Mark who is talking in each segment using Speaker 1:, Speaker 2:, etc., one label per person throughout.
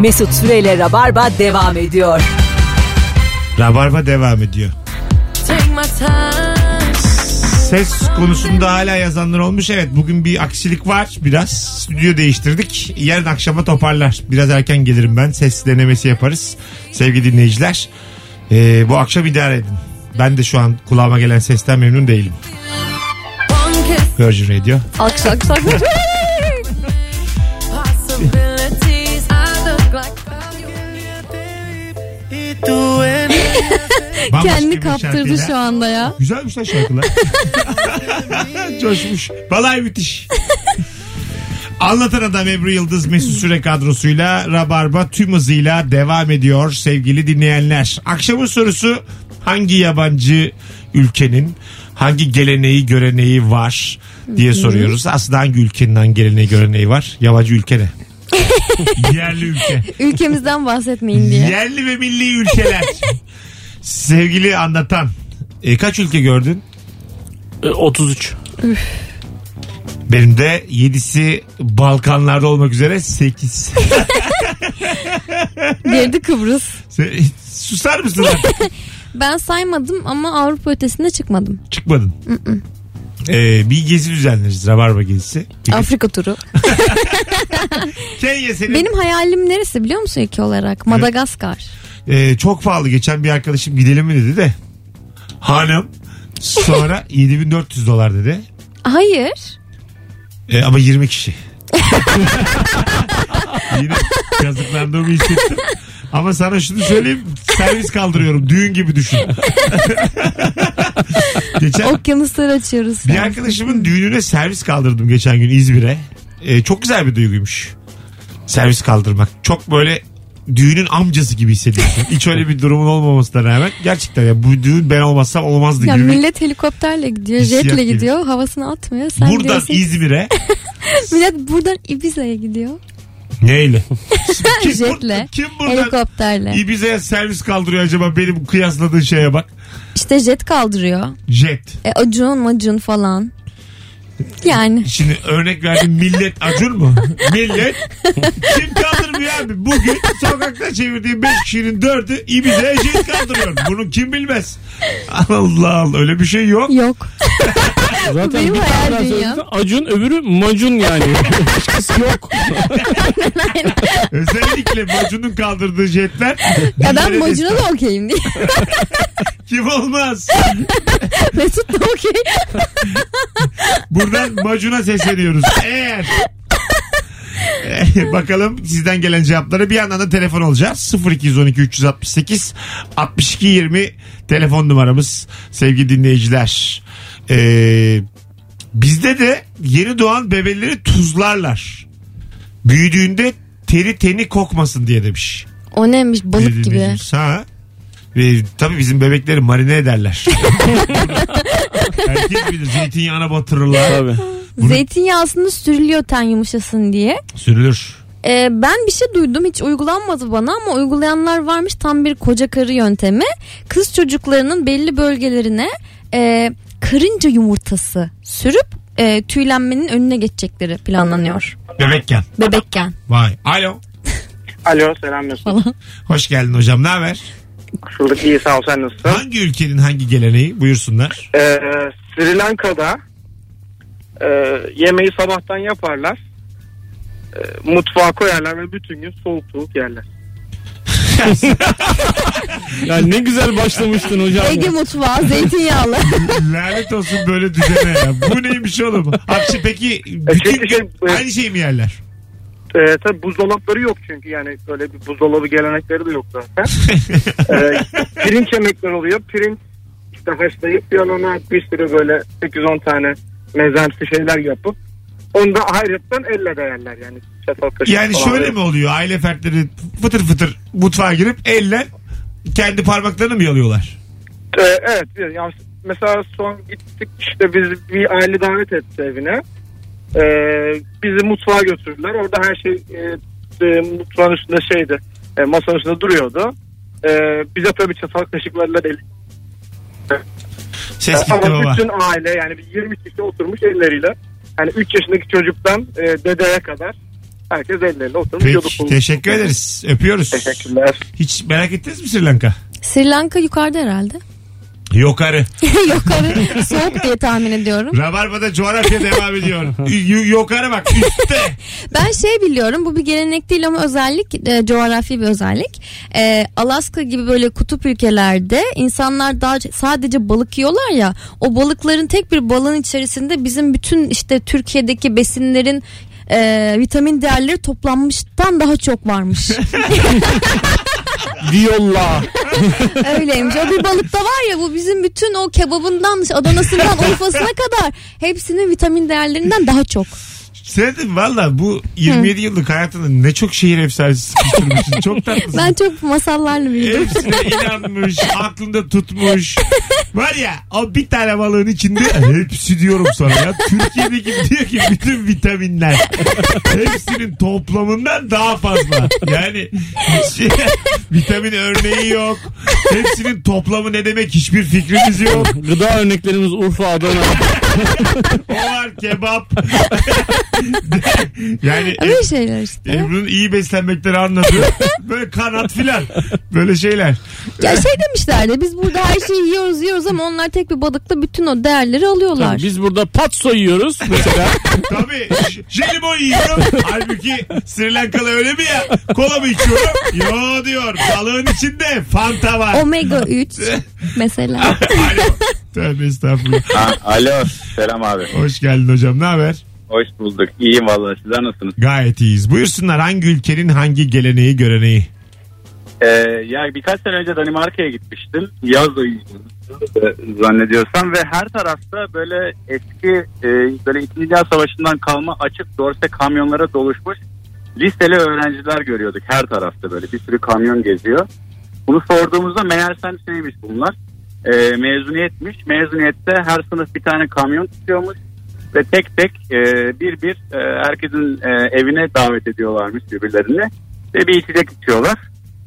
Speaker 1: Mesut Süreyle Rabarba devam ediyor.
Speaker 2: Rabarba devam ediyor.
Speaker 3: Take my time.
Speaker 2: Ses konusunda hala yazanlar olmuş. Evet bugün bir aksilik var biraz. Stüdyo değiştirdik. Yarın akşama toparlar. Biraz erken gelirim ben. Ses denemesi yaparız. Sevgili dinleyiciler. Ee, bu akşam idare edin. Ben de şu an kulağıma gelen sesten memnun değilim.
Speaker 3: One kiss
Speaker 2: Virgin Radio.
Speaker 4: Alkış alkış alkış.
Speaker 3: possibilities. I look like
Speaker 2: Bambaşka
Speaker 4: Kendini
Speaker 2: bir
Speaker 4: kaptırdı
Speaker 2: şarkıyla.
Speaker 4: şu anda ya.
Speaker 2: Güzelmiş lan şarkılar. Coşmuş. Vallahi müthiş. Anlatan Adam Ebru Yıldız Mesut Süre kadrosuyla Rabarba tüm hızıyla devam ediyor sevgili dinleyenler. Akşamın sorusu hangi yabancı ülkenin hangi geleneği göreneği var diye soruyoruz. Aslında hangi ülkenin hangi geleneği göreneği var? Yabancı ülke ne? Yerli ülke.
Speaker 4: Ülkemizden bahsetmeyin diye.
Speaker 2: Yerli ve milli ülkeler. Sevgili anlatan. E, kaç ülke gördün?
Speaker 5: E, 33.
Speaker 2: Benim de 7'si Balkanlarda olmak üzere 8.
Speaker 4: Geride Kıbrıs.
Speaker 2: Susar mısın artık?
Speaker 4: Ben saymadım ama Avrupa ötesinde çıkmadım.
Speaker 2: Çıkmadın. Ee, bir gezi düzenleriz. Rabarba gezisi. Bir-
Speaker 4: Afrika turu.
Speaker 2: Kenya senin
Speaker 4: Benim hayalim neresi biliyor musun ülke olarak? Madagaskar.
Speaker 2: Ee, çok pahalı. Geçen bir arkadaşım gidelim mi dedi de. Hanım. Sonra 7400 dolar dedi.
Speaker 4: Hayır.
Speaker 2: Ee, ama 20 kişi. Yine kazıklandığımı hissettim. Ama sana şunu söyleyeyim. Servis kaldırıyorum. Düğün gibi düşün. Geçen
Speaker 4: Okyanusları açıyoruz. şu
Speaker 2: Bir
Speaker 4: an.
Speaker 2: arkadaşımın düğününe servis kaldırdım geçen gün İzmir'e. Ee, çok güzel bir duyguymuş. Servis kaldırmak. Çok böyle düğünün amcası gibi hissediyorsun. Hiç öyle bir durumun olmamasına rağmen gerçekten ya bu düğün ben olmazsam olmazdı
Speaker 4: Ya
Speaker 2: gibi.
Speaker 4: millet helikopterle gidiyor,
Speaker 2: Hissiyat
Speaker 4: jetle
Speaker 2: gibi.
Speaker 4: gidiyor, havasını atmıyor. Sen
Speaker 2: Buradan
Speaker 4: diyorsun,
Speaker 2: İzmir'e
Speaker 4: millet buradan Ibiza'ya gidiyor.
Speaker 2: neyle? Kim,
Speaker 4: Jetle,
Speaker 2: kim buradan
Speaker 4: helikopterle.
Speaker 2: İbiza'ya servis kaldırıyor acaba benim kıyasladığın şeye bak.
Speaker 4: işte jet kaldırıyor.
Speaker 2: Jet.
Speaker 4: E, acun macun falan. Yani
Speaker 2: Şimdi örnek verdim millet Acun mu? Millet kim kaldırmıyor abi? Bugün sokakta çevirdiğim 5 kişinin 4'ü İbiza Ece'yi kaldırıyor. Bunu kim bilmez? Allah Allah öyle bir şey yok.
Speaker 4: yok.
Speaker 5: Zaten
Speaker 4: Benim
Speaker 5: bir
Speaker 4: hayal
Speaker 5: tane daha
Speaker 4: dünyam.
Speaker 5: söyledi. Acun öbürü macun yani. Başkası yok.
Speaker 2: Özellikle Macun'un kaldırdığı jetler.
Speaker 4: Ya ben
Speaker 2: Bilmem
Speaker 4: macuna da okeyim diye.
Speaker 2: Kim olmaz?
Speaker 4: Mesut da okey.
Speaker 2: Buradan Macun'a sesleniyoruz. Eğer Eh, Bakalım sizden gelen cevapları bir yandan da telefon olacağız. 0212 368 62 20 telefon numaramız sevgili dinleyiciler. Ee, bizde de yeni doğan bebeleri tuzlarlar. Büyüdüğünde teri teni kokmasın diye demiş.
Speaker 4: O neymiş
Speaker 2: Bizim
Speaker 4: balık gibi.
Speaker 2: dinleyicimiz. Ha. Ve tabii bizim bebekleri marine ederler. Herkes bilir zeytinyağına batırırlar.
Speaker 5: Tabii.
Speaker 2: Bunu-
Speaker 4: Zeytinyağısını sürülüyor ten yumuşasın diye.
Speaker 2: Sürülür.
Speaker 4: Ee, ben bir şey duydum hiç uygulanmadı bana ama uygulayanlar varmış tam bir koca karı yöntemi. Kız çocuklarının belli bölgelerine e, karınca yumurtası sürüp e, tüylenmenin önüne geçecekleri planlanıyor.
Speaker 2: Bebekken.
Speaker 4: Bebekken.
Speaker 2: Vay. Alo.
Speaker 6: Alo selam Mesut.
Speaker 2: Hoş geldin hocam. Ne haber?
Speaker 6: Kısıldık iyi sağ ol sen nasılsın?
Speaker 2: Hangi ülkenin hangi geleneği? Buyursunlar.
Speaker 6: Ee, Sri Lanka'da e, yemeği sabahtan yaparlar. E, mutfağa koyarlar ve bütün gün soğuk soğuk yerler.
Speaker 5: Ya ne güzel başlamıştın hocam.
Speaker 4: Ege mutfağı zeytinyağlı.
Speaker 2: Lanet olsun böyle düzene ya. Bu neymiş oğlum? Hapsi peki bütün
Speaker 6: şey- şey,
Speaker 2: gün
Speaker 6: e-
Speaker 2: aynı şeyi mi yerler?
Speaker 6: E, tabii buzdolapları yok çünkü yani böyle bir buzdolabı gelenekleri de yok zaten. E, pirinç yemekler oluyor. Pirinç işte haşlayıp yanına bir sürü böyle 8-10 tane mezemsi şeyler yapıp onu da hayretten elle değerler yani. Çatal kaşık
Speaker 2: yani
Speaker 6: falan
Speaker 2: şöyle
Speaker 6: böyle.
Speaker 2: mi oluyor? Aile fertleri fıtır fıtır mutfağa girip elle kendi parmaklarını mı yalıyorlar?
Speaker 6: Ee, evet yani mesela son gittik işte biz bir aile davet etti evine. Ee, bizi mutfağa götürdüler. Orada her şey e, e, mutfağın üstünde şeydi. E, masanın üstünde duruyordu. Ee, bize tabii çatal kaşıklarla el.
Speaker 2: Ses gitti
Speaker 6: Ama
Speaker 2: baba.
Speaker 6: bütün aile yani bir 20 kişi oturmuş elleriyle. Hani 3 yaşındaki çocuktan e, dedeye kadar Herkes el ele oturmuş yoluk
Speaker 2: Peki
Speaker 6: bulmuş.
Speaker 2: teşekkür ederiz. Öpüyoruz.
Speaker 6: Teşekkürler.
Speaker 2: Hiç merak ettiniz mi Sri Lanka?
Speaker 4: Sri Lanka yukarıda herhalde.
Speaker 2: Yokarı.
Speaker 4: Yukarı soğuk diye tahmin ediyorum.
Speaker 2: Rabarba'da coğrafya devam ediyor. Y- Yokarı bak üstte.
Speaker 4: Ben şey biliyorum bu bir gelenek değil ama özellik e, coğrafi bir özellik. E, Alaska gibi böyle kutup ülkelerde insanlar daha sadece balık yiyorlar ya o balıkların tek bir balığın içerisinde bizim bütün işte Türkiye'deki besinlerin e, vitamin değerleri toplanmıştan daha çok varmış.
Speaker 5: Diyolla.
Speaker 4: Öyleymiş. O bir balıkta var ya bu bizim bütün o kebabından, Adana'sından, Urfa'sına kadar hepsinin vitamin değerlerinden daha çok.
Speaker 2: Söyledim valla bu 27 yıllık hayatında ne çok şehir efsanesi sıkıştırmışsın. Çok tatlısın.
Speaker 4: Ben çok masallarla büyüdüm.
Speaker 2: Hepsine inanmış, aklında tutmuş. Var ya o bir tane balığın içinde hepsi diyorum sana ya. Türkiye'deki diyor ki bütün vitaminler. Hepsinin toplamından daha fazla. Yani hiç- vitamin örneği yok. Hepsinin toplamı ne demek hiçbir fikrimiz yok.
Speaker 5: Gıda örneklerimiz Urfa, Adana.
Speaker 2: O var kebap. yani
Speaker 4: Öyle şeyler işte.
Speaker 2: Ebru'nun iyi beslenmekleri anladı. Böyle kanat filan. Böyle şeyler.
Speaker 4: Ya şey demişlerdi biz burada her şeyi yiyoruz yiyoruz ama onlar tek bir balıkla bütün o değerleri alıyorlar.
Speaker 5: Tabii biz burada patso yiyoruz mesela.
Speaker 2: Tabii. j- Jelibon yiyorum. Halbuki Sri Lankalı öyle mi ya? Kola mı içiyorum? Yo diyor. Balığın içinde fanta var.
Speaker 4: Omega 3 mesela.
Speaker 2: Alo. Tövbe estağfurullah.
Speaker 7: Ha, alo selam abi.
Speaker 2: Hoş geldin hocam. Ne haber?
Speaker 7: Hoş bulduk. İyiyim vallahi sizler nasılsınız?
Speaker 2: Gayet iyiyiz. Buyursunlar hangi ülkenin hangi geleneği göreneği?
Speaker 7: Ee, ya birkaç sene önce Danimarka'ya gitmiştim. Yaz oyuncu Ee, zannediyorsam ve her tarafta böyle eski e, böyle İkinci Dünya Savaşı'ndan kalma açık dorse kamyonlara doluşmuş listeli öğrenciler görüyorduk her tarafta böyle bir sürü kamyon geziyor. Bunu sorduğumuzda meğersem şeymiş bunlar e, mezuniyetmiş. Mezuniyette her sınıf bir tane kamyon tutuyormuş ve tek tek e, bir bir e, herkesin e, evine davet ediyorlarmış birbirlerini ve bir içecek içiyorlar.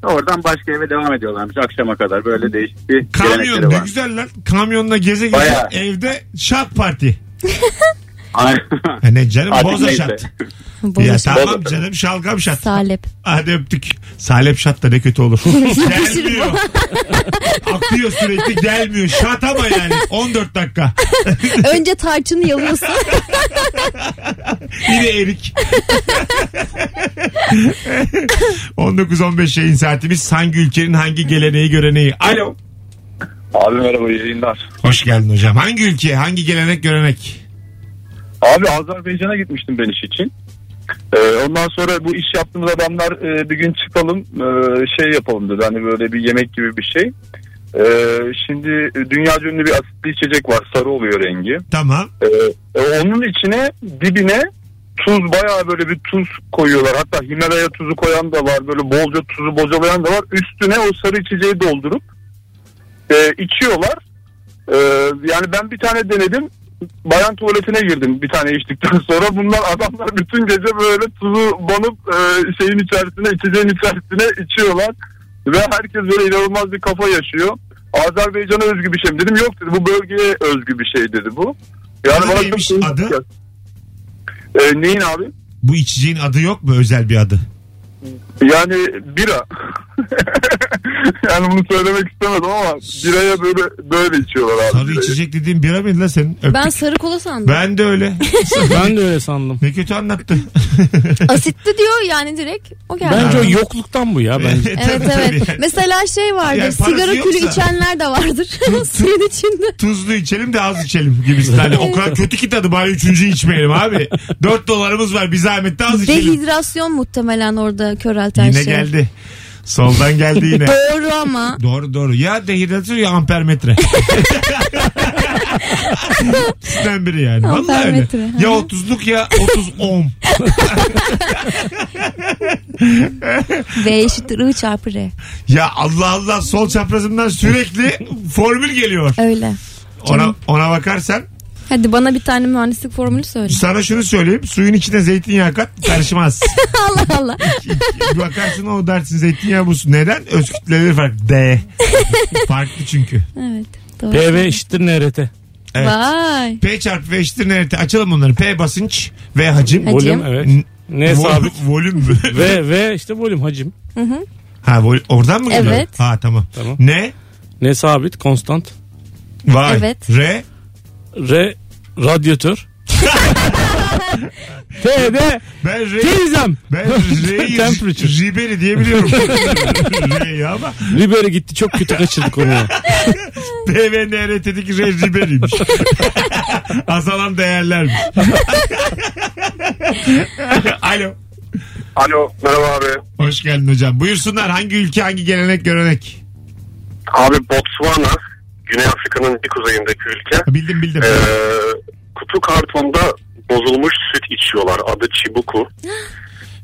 Speaker 7: Oradan başka eve devam ediyorlarmış akşama kadar böyle değişik bir gelenekleri
Speaker 2: Kamyon ne
Speaker 7: var.
Speaker 2: güzel lan. Kamyonla geze geze
Speaker 7: Bayağı.
Speaker 2: evde şat parti.
Speaker 7: Aynen.
Speaker 2: Ha E ne canım
Speaker 7: Artık
Speaker 2: boza
Speaker 7: neyse.
Speaker 2: şat. Ya
Speaker 4: Balık.
Speaker 2: tamam
Speaker 7: Boza.
Speaker 2: canım şalgam şat.
Speaker 4: şey, Salep.
Speaker 2: Hadi öptük. Salep şat da ne kötü olur. gelmiyor. Akıyor sürekli gelmiyor. Şat ama yani 14 dakika.
Speaker 4: Önce tarçını yalıyorsun.
Speaker 2: Yine erik. 19-15 yayın saatimiz hangi ülkenin hangi geleneği göreneği. Alo.
Speaker 7: Abi merhaba yayınlar.
Speaker 2: Hoş geldin hocam. Hangi ülke hangi gelenek görenek?
Speaker 7: Abi Azerbaycan'a gitmiştim ben iş için. Ee, ondan sonra bu iş yaptığımız adamlar e, bir gün çıkalım e, şey yapalım dedi. Hani böyle bir yemek gibi bir şey. Ee, şimdi dünyaca ünlü bir asitli içecek var. Sarı oluyor rengi.
Speaker 2: Tamam.
Speaker 7: Ee, e, onun içine dibine tuz bayağı böyle bir tuz koyuyorlar. Hatta Himalaya tuzu koyan da var. Böyle bolca tuzu bocalayan da var. Üstüne o sarı içeceği doldurup e, içiyorlar. E, yani ben bir tane denedim. Bayan tuvaletine girdim bir tane içtikten sonra. Bunlar adamlar bütün gece böyle tuzu banıp e, şeyin içerisine, içeceğin içerisine içiyorlar. Ve herkes böyle inanılmaz bir kafa yaşıyor. Azerbaycan'a özgü bir şey mi? Dedim yok dedi bu bölgeye özgü bir şey dedi bu. Yani
Speaker 2: Adı
Speaker 7: bana çok
Speaker 2: neymiş,
Speaker 7: değişik
Speaker 2: adı?
Speaker 7: geldi. E, neyin abi?
Speaker 2: Bu içeceğin adı yok mu özel bir adı?
Speaker 7: Yani bira. yani bunu söylemek istemedim ama biraya böyle böyle içiyorlar abi.
Speaker 2: Sarı
Speaker 7: birayı.
Speaker 2: içecek dediğin bira mıydı lan senin? Öptük.
Speaker 4: Ben
Speaker 2: Ben...
Speaker 4: sarı kola sandım.
Speaker 2: de öyle.
Speaker 5: Ben de öyle sandım.
Speaker 2: ne kötü anlattı.
Speaker 4: Asitli diyor yani direkt o geldi.
Speaker 5: Bence o yokluktan bu ya. Ben
Speaker 4: Evet
Speaker 2: Tabii,
Speaker 4: evet.
Speaker 2: tabii.
Speaker 4: Mesela şey vardır.
Speaker 2: Yani parası
Speaker 4: sigara külü
Speaker 2: yoksa-
Speaker 4: içenler de vardır. Suyun içinde.
Speaker 2: tuzlu içelim de az içelim gibisinden. o kadar kötü ki tadı bari üçüncü içmeyelim abi. Dört dolarımız var bir zahmet de az içelim.
Speaker 4: Dehidrasyon muhtemelen orada körelten
Speaker 2: Yine
Speaker 4: şey.
Speaker 2: geldi. Soldan geldi yine.
Speaker 4: Doğru ama.
Speaker 2: doğru doğru. Ya dehidrasyon ya ampermetre. İkisinden biri yani. Vallahi öyle.
Speaker 4: Ampermetre,
Speaker 2: Ya 30'luk ya 30 ohm.
Speaker 4: V eşittir I çarpı R.
Speaker 2: Ya Allah Allah sol çaprazımdan sürekli formül geliyor.
Speaker 4: Öyle.
Speaker 2: Ona, ona bakarsan
Speaker 4: Hadi bana bir tane mühendislik formülü söyle.
Speaker 2: sana şunu söyleyeyim. Suyun içine zeytinyağı kat karışmaz.
Speaker 4: Allah Allah.
Speaker 2: Bakarsın o dersin zeytinyağı bu su. Neden? Öz kütleleri farklı. D. farklı çünkü.
Speaker 4: Evet. Doğru.
Speaker 5: PV eşittir NRT.
Speaker 2: Evet.
Speaker 4: Vay.
Speaker 2: P çarpı V eşittir nerede? Açalım bunları. P basınç, V hacim.
Speaker 4: Hacim.
Speaker 5: Volüm evet.
Speaker 2: N-
Speaker 5: Ne
Speaker 2: Vol-
Speaker 5: sabit.
Speaker 2: volüm mü?
Speaker 5: ve ve işte volüm hacim.
Speaker 2: ha vol- oradan mı geliyor?
Speaker 4: Evet.
Speaker 2: Ha tamam.
Speaker 5: Tamam.
Speaker 2: Ne?
Speaker 5: Ne sabit konstant.
Speaker 2: Vay.
Speaker 4: Evet.
Speaker 2: Re.
Speaker 5: R radyatör. T de
Speaker 2: Ben re.
Speaker 5: teyzem.
Speaker 2: Ben R'yi
Speaker 5: Temperature.
Speaker 2: Ribery diyebiliyorum. R'yi ama
Speaker 5: Ribery gitti çok kötü kaçırdık onu.
Speaker 2: TVNRT'deki R Ribery'miş. Azalan değerlermiş. Alo.
Speaker 6: Alo merhaba abi.
Speaker 2: Hoş geldin hocam. Buyursunlar hangi ülke hangi gelenek görenek?
Speaker 6: Abi Botswana Güney Afrika'nın bir kuzeyindeki ülke.
Speaker 2: Bildim bildim.
Speaker 6: Ee, kutu kartonda bozulmuş süt içiyorlar. Adı Chibuku.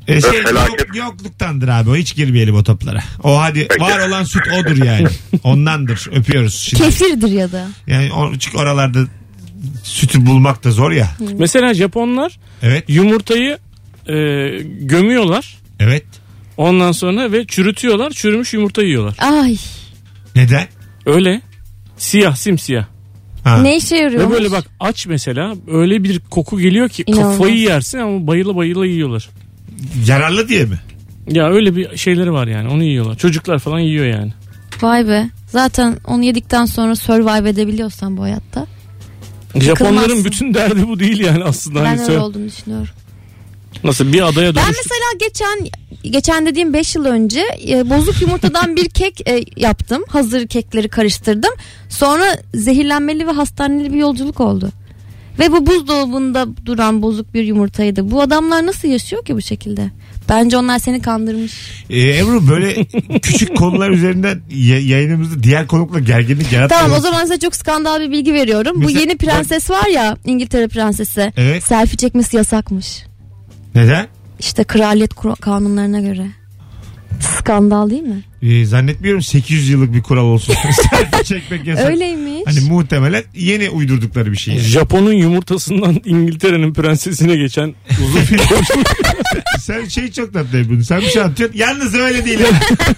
Speaker 2: E, şey,
Speaker 6: felaket.
Speaker 2: yok- yokluktandır abi. O hiç girmeyelim o toplara. O hadi
Speaker 6: Peki.
Speaker 2: var olan süt odur yani. Ondandır. Öpüyoruz şimdi.
Speaker 4: Kefirdir ya da.
Speaker 2: Yani o- çünkü oralarda sütü bulmak da zor ya.
Speaker 5: Mesela Japonlar
Speaker 2: Evet.
Speaker 5: yumurtayı e, gömüyorlar.
Speaker 2: Evet.
Speaker 5: Ondan sonra ve çürütüyorlar. Çürümüş yumurta yiyorlar.
Speaker 4: Ay
Speaker 2: Neden?
Speaker 5: Öyle. Siyah simsiyah.
Speaker 2: Ha.
Speaker 4: ne işe
Speaker 5: Ve
Speaker 4: yarıyor?
Speaker 5: böyle bak aç mesela öyle bir koku geliyor ki
Speaker 4: İnanılmaz.
Speaker 5: kafayı yersin ama bayıla bayıla yiyorlar.
Speaker 2: Yararlı diye mi?
Speaker 5: Ya öyle bir şeyleri var yani onu yiyorlar. Çocuklar falan yiyor yani.
Speaker 4: Vay be. Zaten onu yedikten sonra survive edebiliyorsan bu hayatta.
Speaker 5: Japonların bütün derdi bu değil yani aslında.
Speaker 4: ben
Speaker 5: Hani
Speaker 4: öyle
Speaker 5: sö-
Speaker 4: olduğunu düşünüyorum.
Speaker 5: nasıl bir adaya
Speaker 4: Ben
Speaker 5: dönüş.
Speaker 4: mesela geçen geçen dediğim 5 yıl önce e, bozuk yumurtadan bir kek e, yaptım. Hazır kekleri karıştırdım. Sonra zehirlenmeli ve hastaneli bir yolculuk oldu. Ve bu buzdolabında duran bozuk bir yumurtaydı. Bu adamlar nasıl yaşıyor ki bu şekilde? Bence onlar seni kandırmış.
Speaker 2: Ee, Ebru böyle küçük konular üzerinden ya- yayınımızda diğer konukla gerginlik yaratmayalım.
Speaker 4: Tamam o zaman size çok skandal bir bilgi veriyorum. Bu
Speaker 2: Mesela-
Speaker 4: yeni prenses var ya İngiltere prensesi.
Speaker 2: Evet.
Speaker 4: Selfie çekmesi yasakmış.
Speaker 2: Neden?
Speaker 4: İşte kraliyet kura- kanunlarına göre. Skandal değil mi?
Speaker 2: Ee, zannetmiyorum 800 yıllık bir kural olsun. Selfie çekmek yasak.
Speaker 4: Öyleymiş.
Speaker 2: Hani muhtemelen yeni uydurdukları bir şey. yani.
Speaker 5: Japon'un yumurtasından İngiltere'nin prensesine geçen uzun bir yolculuk.
Speaker 2: Sen şey çok tatlı Ebru'nun. Sen bir şey anlatıyorsun. Yalnız öyle değil.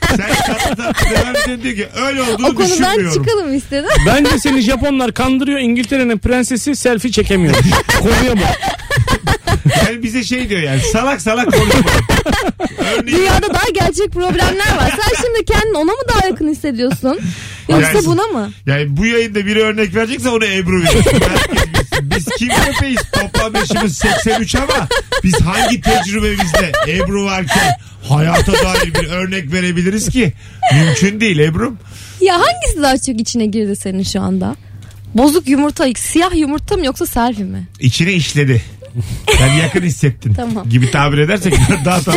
Speaker 2: Sen tatlı tatlı devam ediyorsun diyor ki öyle olduğunu
Speaker 4: o konudan
Speaker 2: düşünmüyorum.
Speaker 4: çıkalım istedim.
Speaker 5: Bence seni Japonlar kandırıyor İngiltere'nin prensesi selfie çekemiyor. Konuya bak.
Speaker 2: Yani bize şey diyor yani salak salak konuşma. Örneğin
Speaker 4: Dünyada daha gerçek problemler var. Sen şimdi kendini ona mı daha yakın hissediyorsun? Yoksa
Speaker 2: Yani-
Speaker 4: buna mı?
Speaker 2: yani bu yayında biri örnek verecekse ona Ebru verir. Herkes biz, biz kim köpeğiz? Toplam yaşımız 83 ama biz hangi tecrübemizde Ebru varken hayata dair bir örnek verebiliriz ki? Mümkün değil Ebru'm.
Speaker 4: Ya hangisi daha çok içine girdi senin şu anda? Bozuk yumurta, siyah yumurta mı yoksa selfie mi?
Speaker 2: İçine işledi. Yani yakın hissettin
Speaker 4: Tamam.
Speaker 2: gibi tabir edersek daha tam.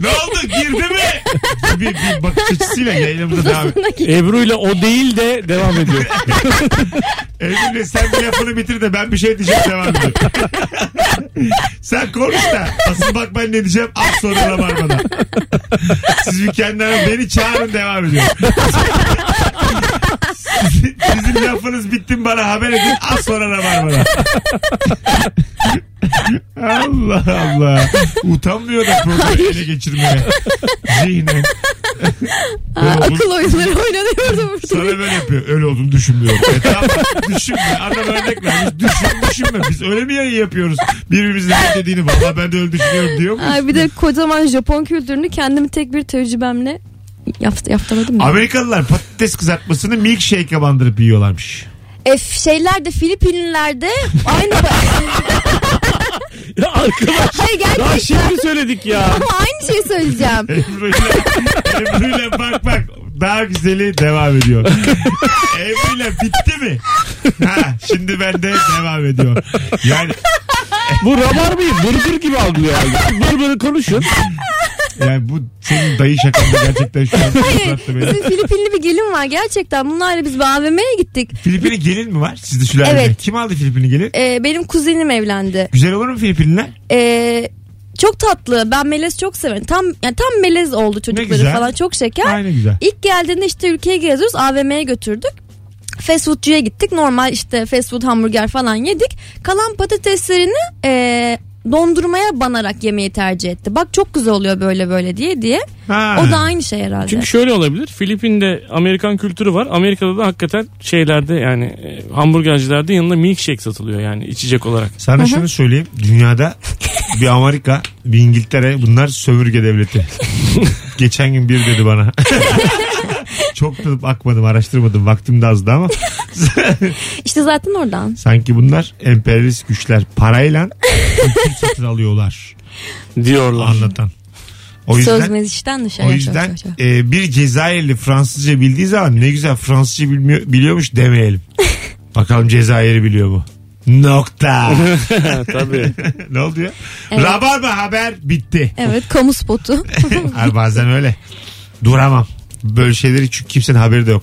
Speaker 2: ne oldu girdi mi? Gibi bir bakış açısıyla yayınımıza devam et.
Speaker 5: Ebru ile o değil de devam ediyor.
Speaker 2: Emre sen bir lafını bitir de ben bir şey diyeceğim devam ediyor. sen konuş da asıl bak ben ne diyeceğim az sonra rabarbada. Siz bir kendilerine beni çağırın devam ediyor. Sizin, sizin lafınız bitti mi bana haber edin az sonra rabarbada. Allah Allah. Utanmıyor da programı ele geçirmeye. Zihnen.
Speaker 4: Aa, akıl oyunları oynanıyordu burada.
Speaker 2: Sana böyle yapıyor. Öyle olduğunu düşünmüyorum. E tamam düşünme. Adam örnek vermiş. Düşün düşünme. Biz öyle mi yayın yapıyoruz? Birbirimizin ne dediğini valla ben de öyle düşünüyorum diyor muyuz?
Speaker 4: Ay bir de kocaman Japon kültürünü kendimi tek bir tecrübemle yaft yaftaladım. ya.
Speaker 2: Amerikalılar patates kızartmasını milkshake'e bandırıp yiyorlarmış.
Speaker 4: E, f- şeylerde Filipinler'de aynı
Speaker 5: Ya arkadaş
Speaker 4: Hayır
Speaker 5: daha
Speaker 2: şey-
Speaker 4: gerçekten
Speaker 5: şimdi söyledik ya.
Speaker 4: ama aynı şeyi söyleyeceğim.
Speaker 2: Ebru'yla, Ebru'yla bak bak daha güzeli devam ediyor. Ebru'yla bitti mi? Ha, şimdi ben de devam ediyor. Yani,
Speaker 5: Bu rabarbayı bırgır gibi algılıyor yani. Bır bır konuşun.
Speaker 2: yani bu senin dayı şakan mı gerçekten şu an
Speaker 4: Hayır
Speaker 2: kızarttı beni.
Speaker 4: bizim Filipinli bir gelin var gerçekten bunlarla biz bir AVM'ye gittik.
Speaker 2: Filipinli gelin mi var? Sizde şülalede.
Speaker 4: Evet.
Speaker 2: Kim aldı Filipinli gelin?
Speaker 4: E, benim kuzenim evlendi.
Speaker 2: Güzel olur mu Filipinler?
Speaker 4: Ee, çok tatlı. Ben melez çok severim. Tam yani tam melez oldu
Speaker 2: Ne
Speaker 4: çocukları
Speaker 2: güzel.
Speaker 4: falan çok şeker.
Speaker 2: Aynı güzel.
Speaker 4: İlk geldiğinde işte ülkeye geziyoruz. AVM'ye götürdük. Fast foodcuya gittik. Normal işte fast food hamburger falan yedik. Kalan patateslerini ee, dondurmaya banarak yemeyi tercih etti. Bak çok güzel oluyor böyle böyle diye diye.
Speaker 2: Ha.
Speaker 4: O da aynı şey herhalde.
Speaker 5: Çünkü şöyle olabilir. Filipin'de Amerikan kültürü var. Amerika'da da hakikaten şeylerde yani e, hamburgercilerde yanında milkshake satılıyor yani içecek olarak.
Speaker 2: Sana şunu söyleyeyim. Dünyada bir Amerika, bir İngiltere bunlar sömürge devleti. Geçen gün bir dedi bana. Çok tutup akmadım, araştırmadım. Vaktim de azdı ama
Speaker 4: İşte zaten oradan.
Speaker 2: sanki bunlar emperyalist güçler parayla ülke satın alıyorlar
Speaker 5: diyorlar.
Speaker 2: anlatan. O
Speaker 4: Söz
Speaker 2: yüzden
Speaker 4: mezişten dışarı.
Speaker 2: o
Speaker 4: Çok,
Speaker 2: yüzden
Speaker 4: çok, çok.
Speaker 2: e, bir Cezayirli Fransızca bildiği zaman ne güzel Fransızca bilmiyor, biliyormuş demeyelim. Bakalım Cezayir'i biliyor mu? Nokta.
Speaker 5: Tabii.
Speaker 2: ne oldu ya?
Speaker 4: Evet.
Speaker 2: Rabarba haber bitti.
Speaker 4: Evet kamu spotu.
Speaker 2: Abi bazen öyle. Duramam. Böyle şeyleri çünkü kimsenin haberi de yok.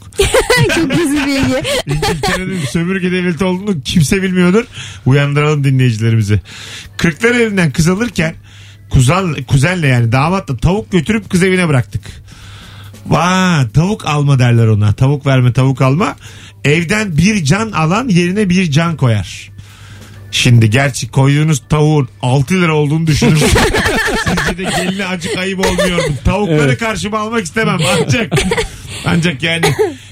Speaker 4: çok gizli bilgi.
Speaker 2: İngiltere'nin sömürge devleti olduğunu kimse bilmiyordur. Uyandıralım dinleyicilerimizi. Kırklar evinden kız alırken kuzen, kuzenle yani damatla tavuk götürüp kız evine bıraktık. Vaa tavuk alma derler ona. Tavuk verme tavuk alma. Evden bir can alan yerine bir can koyar. Şimdi gerçi koyduğunuz tavuğun 6 lira olduğunu düşünün. Sizce de geline acık ayıp olmuyor mu? Tavukları
Speaker 5: Evet.
Speaker 2: karşıma almak istemem ancak. ancak yani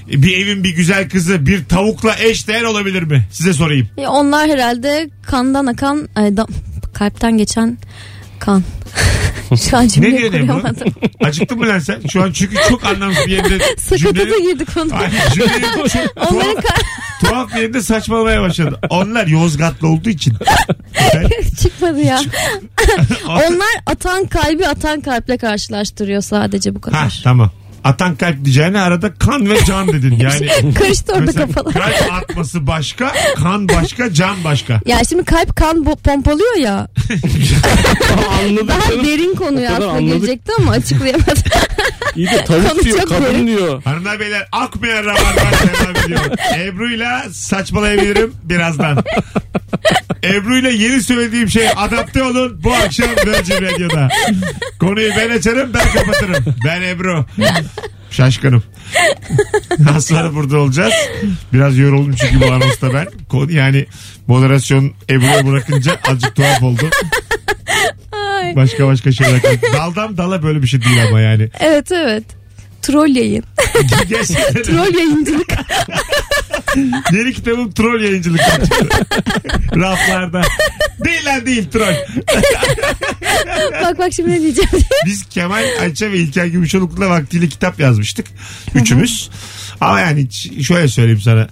Speaker 2: bir evin bir güzel kızı bir tavukla eş değer olabilir mi? Size sorayım.
Speaker 4: Ya E, Onlar herhalde kandan akan ay, da- kalpten geçen kan. Şu an
Speaker 2: Ne
Speaker 4: cümleyi
Speaker 2: diyor Ebru?
Speaker 4: kuramadım.
Speaker 2: Acıktın mı lan sen? Şu an çünkü çok anlamsız bir yerinde
Speaker 4: Sakata da
Speaker 2: cümlenin-
Speaker 4: girdik onu.
Speaker 2: Ay, cümlenin çok
Speaker 4: Onların
Speaker 2: tuhaf, tuhaf bir yerinde saçmalamaya başladı. Onlar Yozgatlı olduğu için.
Speaker 4: çıkmadı ya. Onlar atan kalbi atan kalple karşılaştırıyor sadece bu
Speaker 2: ha,
Speaker 4: kadar.
Speaker 2: tamam. Atan kalp diyeceğine arada kan ve can dedin. Yani
Speaker 4: Karıştı şey- orada
Speaker 2: Mesela
Speaker 4: kafalar.
Speaker 2: kalp atması başka, kan başka, can başka.
Speaker 4: Ya şimdi kalp kan bo- pompalıyor ya.
Speaker 5: Anladık.
Speaker 4: Daha
Speaker 5: canım.
Speaker 4: derin konuya
Speaker 5: O kadar
Speaker 4: aslında
Speaker 5: anladık.
Speaker 4: gelecekti ama açıklayamadım.
Speaker 5: İyi de
Speaker 4: Konu
Speaker 5: tavuk diyor,
Speaker 4: çok
Speaker 5: kadın
Speaker 4: derin.
Speaker 5: diyor.
Speaker 2: Hanımlar beyler akmayan rabarbar devam ediyor. Ebru'yla saçmalayabilirim birazdan. Ebru'yla yeni söylediğim şey adapte olun bu akşam Virgin Radio'da. Konuyu ben açarım ben kapatırım. Ben Ebru. Şaşkınım. Az sonra burada olacağız. Biraz yoruldum çünkü bu anonsta ben. Konu yani moderasyon Ebru'ya bırakınca azıcık tuhaf oldu. Başka başka şeyler. Daldan dala böyle bir şey değil ama yani.
Speaker 4: evet evet. Troll yayın.
Speaker 2: Gerçekten
Speaker 4: Troll yayıncılık.
Speaker 2: Yeni kitabım troll yayıncılık. Raflarda. Değil lan değil troll.
Speaker 4: bak bak şimdi ne diyeceğim.
Speaker 2: Biz Kemal Ayça ve İlker Gümüşoluk'la vaktiyle kitap yazmıştık. Üçümüz. Ama yani ç- şöyle söyleyeyim sana.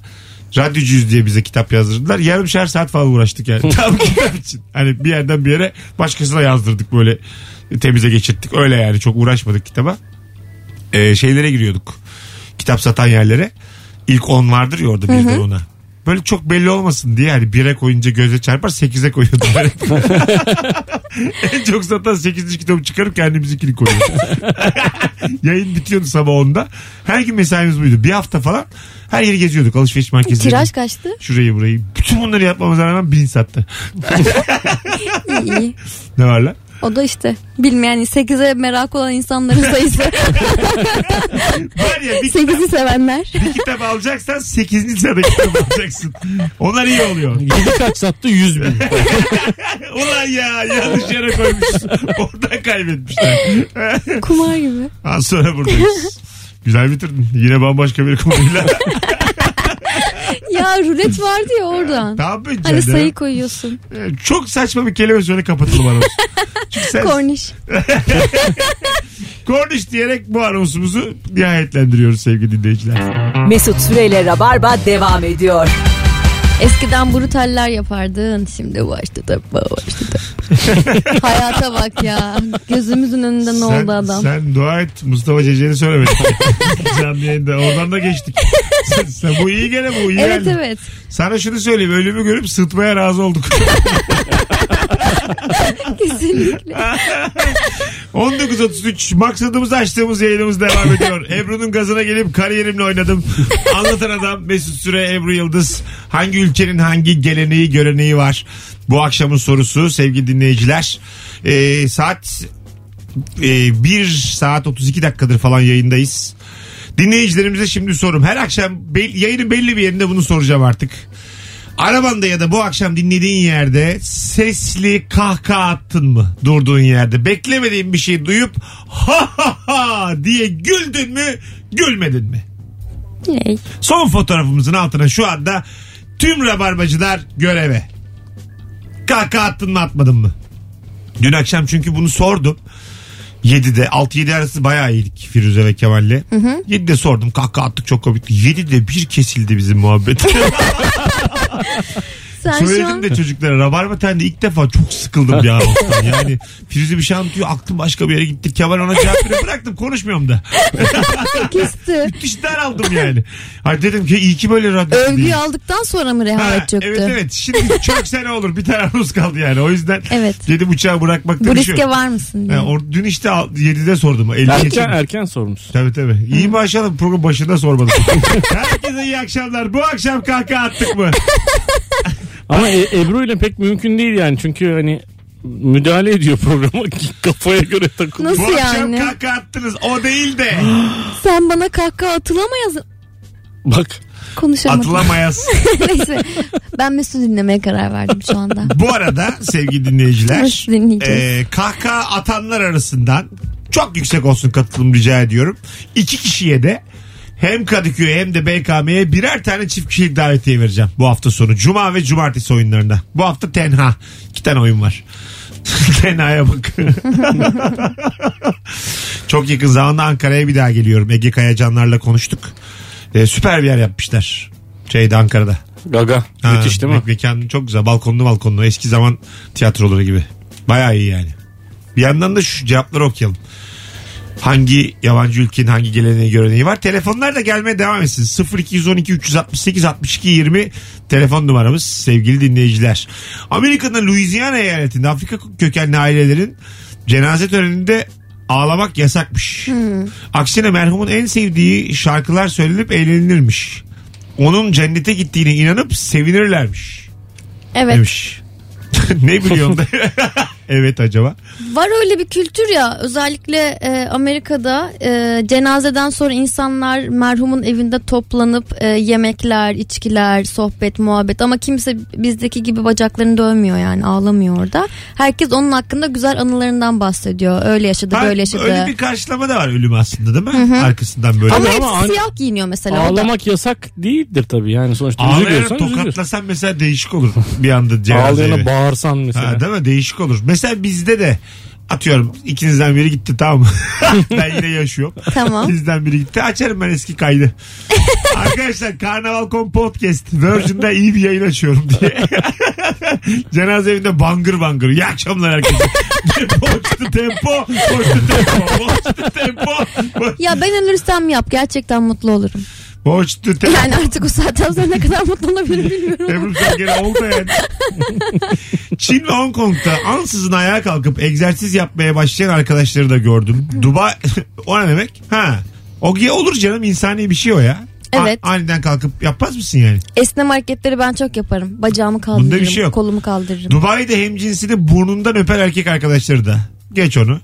Speaker 2: Radyocuyuz diye bize kitap yazdırdılar. Yarımşar saat falan uğraştık yani. Tam kitap için. Hani bir yerden bir yere başkasına yazdırdık böyle. Temize geçirttik. Öyle yani çok uğraşmadık kitaba. Ee, şeylere giriyorduk. Kitap satan yerlere. İlk 10 vardır ya orada bir de ona. Böyle çok belli olmasın diye hani 1'e koyunca göze çarpar 8'e koyuyordum. ben. en çok satan 8. kitabı çıkarıp kendimizinkini koyuyordum. Yayın bitiyordu sabah 10'da. Her gün mesaimiz buydu. Bir hafta falan her yeri geziyorduk. Alışveriş merkezleri.
Speaker 4: Tiraj kaçtı.
Speaker 2: Şurayı burayı. Bütün bunları yapmamıza rağmen bin sattı.
Speaker 4: İyi iyi.
Speaker 2: Ne var lan?
Speaker 4: O da işte bilmeyen 8'e merak olan insanların sayısı.
Speaker 2: Var ya bir,
Speaker 4: 8'i sevenler.
Speaker 2: bir kitap alacaksan 8. sırada kitap alacaksın. Onlar iyi oluyor.
Speaker 5: 7 kaç sattı 100 bin.
Speaker 2: Ulan ya yanlış yere koymuşsun. Oradan kaybetmişler.
Speaker 4: Kumar gibi.
Speaker 2: Az sonra buradayız. Güzel bitirdin. Yine bambaşka bir konuyla.
Speaker 4: Ya rulet vardı ya oradan.
Speaker 2: Tamam mı
Speaker 4: Hani
Speaker 2: canım?
Speaker 4: sayı koyuyorsun.
Speaker 2: Ee, Çok saçma bir kelime söyle kapatalım anonsu. Çünkü sen
Speaker 4: Korniş.
Speaker 2: korniş diyerek bu anonsumuzu nihayetendiriyoruz sevgili dinleyiciler.
Speaker 1: Mesut Süreyle Rabarba devam ediyor.
Speaker 4: Eskiden brutaller yapardın. Şimdi başladı. Başladı. Hayata bak ya. Gözümüzün önünde ne
Speaker 2: sen,
Speaker 4: oldu adam.
Speaker 2: Sen dua et Mustafa Ceceli söylemedin. Canlı yayında oradan da geçtik. Sen, sen bu iyi gene bu iyi
Speaker 4: Evet
Speaker 2: geldi.
Speaker 4: evet.
Speaker 2: Sana şunu söyleyeyim ölümü görüp sıtmaya razı olduk.
Speaker 4: Kesinlikle.
Speaker 2: 19.33 maksadımızı açtığımız yayınımız devam ediyor. Ebru'nun gazına gelip kariyerimle oynadım. Anlatan adam Mesut Süre, Ebru Yıldız. Hangi ülkenin hangi geleneği, göreneği var? Bu akşamın sorusu sevgili dinleyiciler. Ee, saat e, 1 saat 32 dakikadır falan yayındayız. Dinleyicilerimize şimdi sorum. Her akşam bel- yayının belli bir yerinde bunu soracağım artık. Arabanda ya da bu akşam dinlediğin yerde sesli kahkaha attın mı durduğun yerde? Beklemediğin bir şey duyup ha ha ha diye güldün mü gülmedin mi?
Speaker 4: Yay.
Speaker 2: Son fotoğrafımızın altına şu anda tüm rabarbacılar göreve. Kahkaha attın mı atmadın mı? Dün akşam çünkü bunu sordum. 7'de 6-7 arası bayağı iyiydik Firuze ve Kemal'le. 7'de sordum kahkaha attık çok komikti. 7'de bir kesildi bizim muhabbet.
Speaker 4: Sen şu
Speaker 2: Söyledim
Speaker 4: an
Speaker 2: de çocuklara Rabarba Ten'de ilk defa çok sıkıldım bir anonstan. Yani Firuze bir şey anlatıyor aklım başka bir yere gitti. Kemal ona cevap veriyor bıraktım konuşmuyorum da.
Speaker 4: kesti.
Speaker 2: Müthiş daraldım yani. Hayır dedim ki iyi ki böyle radyo.
Speaker 4: Övgüyü
Speaker 2: değil.
Speaker 4: aldıktan sonra mı
Speaker 2: Ha,
Speaker 4: rehavet çöktü?
Speaker 2: Evet evet şimdi çok sene olur bir tane anons kaldı yani o yüzden
Speaker 4: Evet.
Speaker 2: dedim uçağı bırakmakta
Speaker 4: Bu
Speaker 2: bir şey yok.
Speaker 4: riske var mısın? diye.
Speaker 2: Ha, or- dün işte al- 7'de sordum. 50
Speaker 5: Erken,
Speaker 2: geçirdim.
Speaker 5: erken sormuşsun.
Speaker 2: Tabii tabii. İyi mi aşalım program başında sormadım. Herkese iyi akşamlar. Bu akşam kahkaha attık mı?
Speaker 5: Ama E- Ebru ile pek mümkün değil yani. Çünkü hani müdahale ediyor programa kafaya göre takılıyor.
Speaker 4: Nasıl
Speaker 2: Bu akşam
Speaker 4: yani?
Speaker 2: kahkaha attınız. O değil de.
Speaker 4: Sen bana kahkaha atılamayaz
Speaker 5: Bak
Speaker 4: konuşamadım.
Speaker 2: Atılamayız.
Speaker 4: Neyse ben Mesut'u dinlemeye karar verdim şu anda.
Speaker 2: Bu arada sevgili dinleyiciler.
Speaker 4: Nasıl dinleyeceğiz?
Speaker 2: e, kahkaha atanlar arasından çok yüksek olsun katılım rica ediyorum. İki kişiye de hem Kadıköy'e hem de BKM'ye birer tane çift kişilik davetiye vereceğim bu hafta sonu. Cuma ve cumartesi oyunlarında. Bu hafta tenha. İki tane oyun var. Tenha'ya bak. çok yakın zamanda Ankara'ya bir daha geliyorum. Ege Kayacanlarla konuştuk. E, süper bir yer yapmışlar. Şeyde Ankara'da.
Speaker 5: gaga
Speaker 2: Ha,
Speaker 5: müthiş değil mi?
Speaker 2: me- Mekan çok güzel. Balkonlu balkonlu. Eski zaman tiyatroları gibi. Baya iyi yani. Bir yandan da şu cevapları okuyalım. Hangi yabancı ülkenin hangi geleneği göreneği var? Telefonlar da gelmeye devam etsin. 0212 368 62 20 telefon numaramız sevgili dinleyiciler. Amerika'nın Louisiana eyaletinde Afrika kökenli ailelerin cenaze töreninde ağlamak yasakmış. Aksine merhumun en sevdiği şarkılar söylenip eğlenilirmiş. Onun cennete gittiğine inanıp sevinirlermiş
Speaker 4: Evet.
Speaker 2: demiş. ne biliyorsun da? evet acaba.
Speaker 4: Var öyle bir kültür ya özellikle e, Amerika'da e, cenazeden sonra insanlar merhumun evinde toplanıp e, yemekler, içkiler, sohbet, muhabbet ama kimse bizdeki gibi bacaklarını dövmüyor yani ağlamıyor orada. Herkes onun hakkında güzel anılarından bahsediyor. Öyle yaşadı,
Speaker 2: Ha,
Speaker 4: böyle yaşadı.
Speaker 2: Öyle bir karşılama da var ölüm aslında değil mi? Arkasından böyle.
Speaker 4: Ama
Speaker 5: Ama
Speaker 4: hepsi
Speaker 5: an-
Speaker 4: siyah giyiniyor mesela. orada.
Speaker 5: Ağlamak yasak değildir tabii yani sonuçta
Speaker 2: Ağlayana
Speaker 5: üzülüyorsan üzülür.
Speaker 2: tokatlasan mesela değişik olur bir anda cenazeye.
Speaker 5: Ağlayana bağırsan mesela.
Speaker 2: Ha, değil mi? Değişik olur. Mesela bizde de atıyorum ikinizden biri gitti tamam mı? ben yine yaşıyorum.
Speaker 4: Tamam.
Speaker 2: Sizden biri gitti. Açarım ben eski kaydı. Arkadaşlar Karnaval.com Podcast Virgin'de iyi bir yayın açıyorum diye. Cenaze evinde bangır bangır. İyi akşamlar herkese. boştu tempo. Boştu tempo. Boştu tempo. bo-
Speaker 4: Ya ben ölürsem yap gerçekten mutlu olurum.
Speaker 2: Boştu tempo.
Speaker 4: Yani artık o saatten sonra ne kadar mutlu olabilirim bilmiyorum.
Speaker 2: Ebru sen gene oldu yani. Çin ve Hong Kong'da ansızın ayağa kalkıp egzersiz yapmaya başlayan arkadaşları da gördüm. Dubai o ne demek? Ha. O ge- olur canım insani bir şey o ya. A-
Speaker 4: Evet.
Speaker 2: aniden kalkıp yapmaz mısın yani?
Speaker 4: Esneme hareketleri ben çok yaparım. Bacağımı kaldırırım,
Speaker 2: Bunda bir şey yok.
Speaker 4: kolumu kaldırırım.
Speaker 2: Dubai'de hemcinsini burnundan öper erkek arkadaşları da. Geç onu.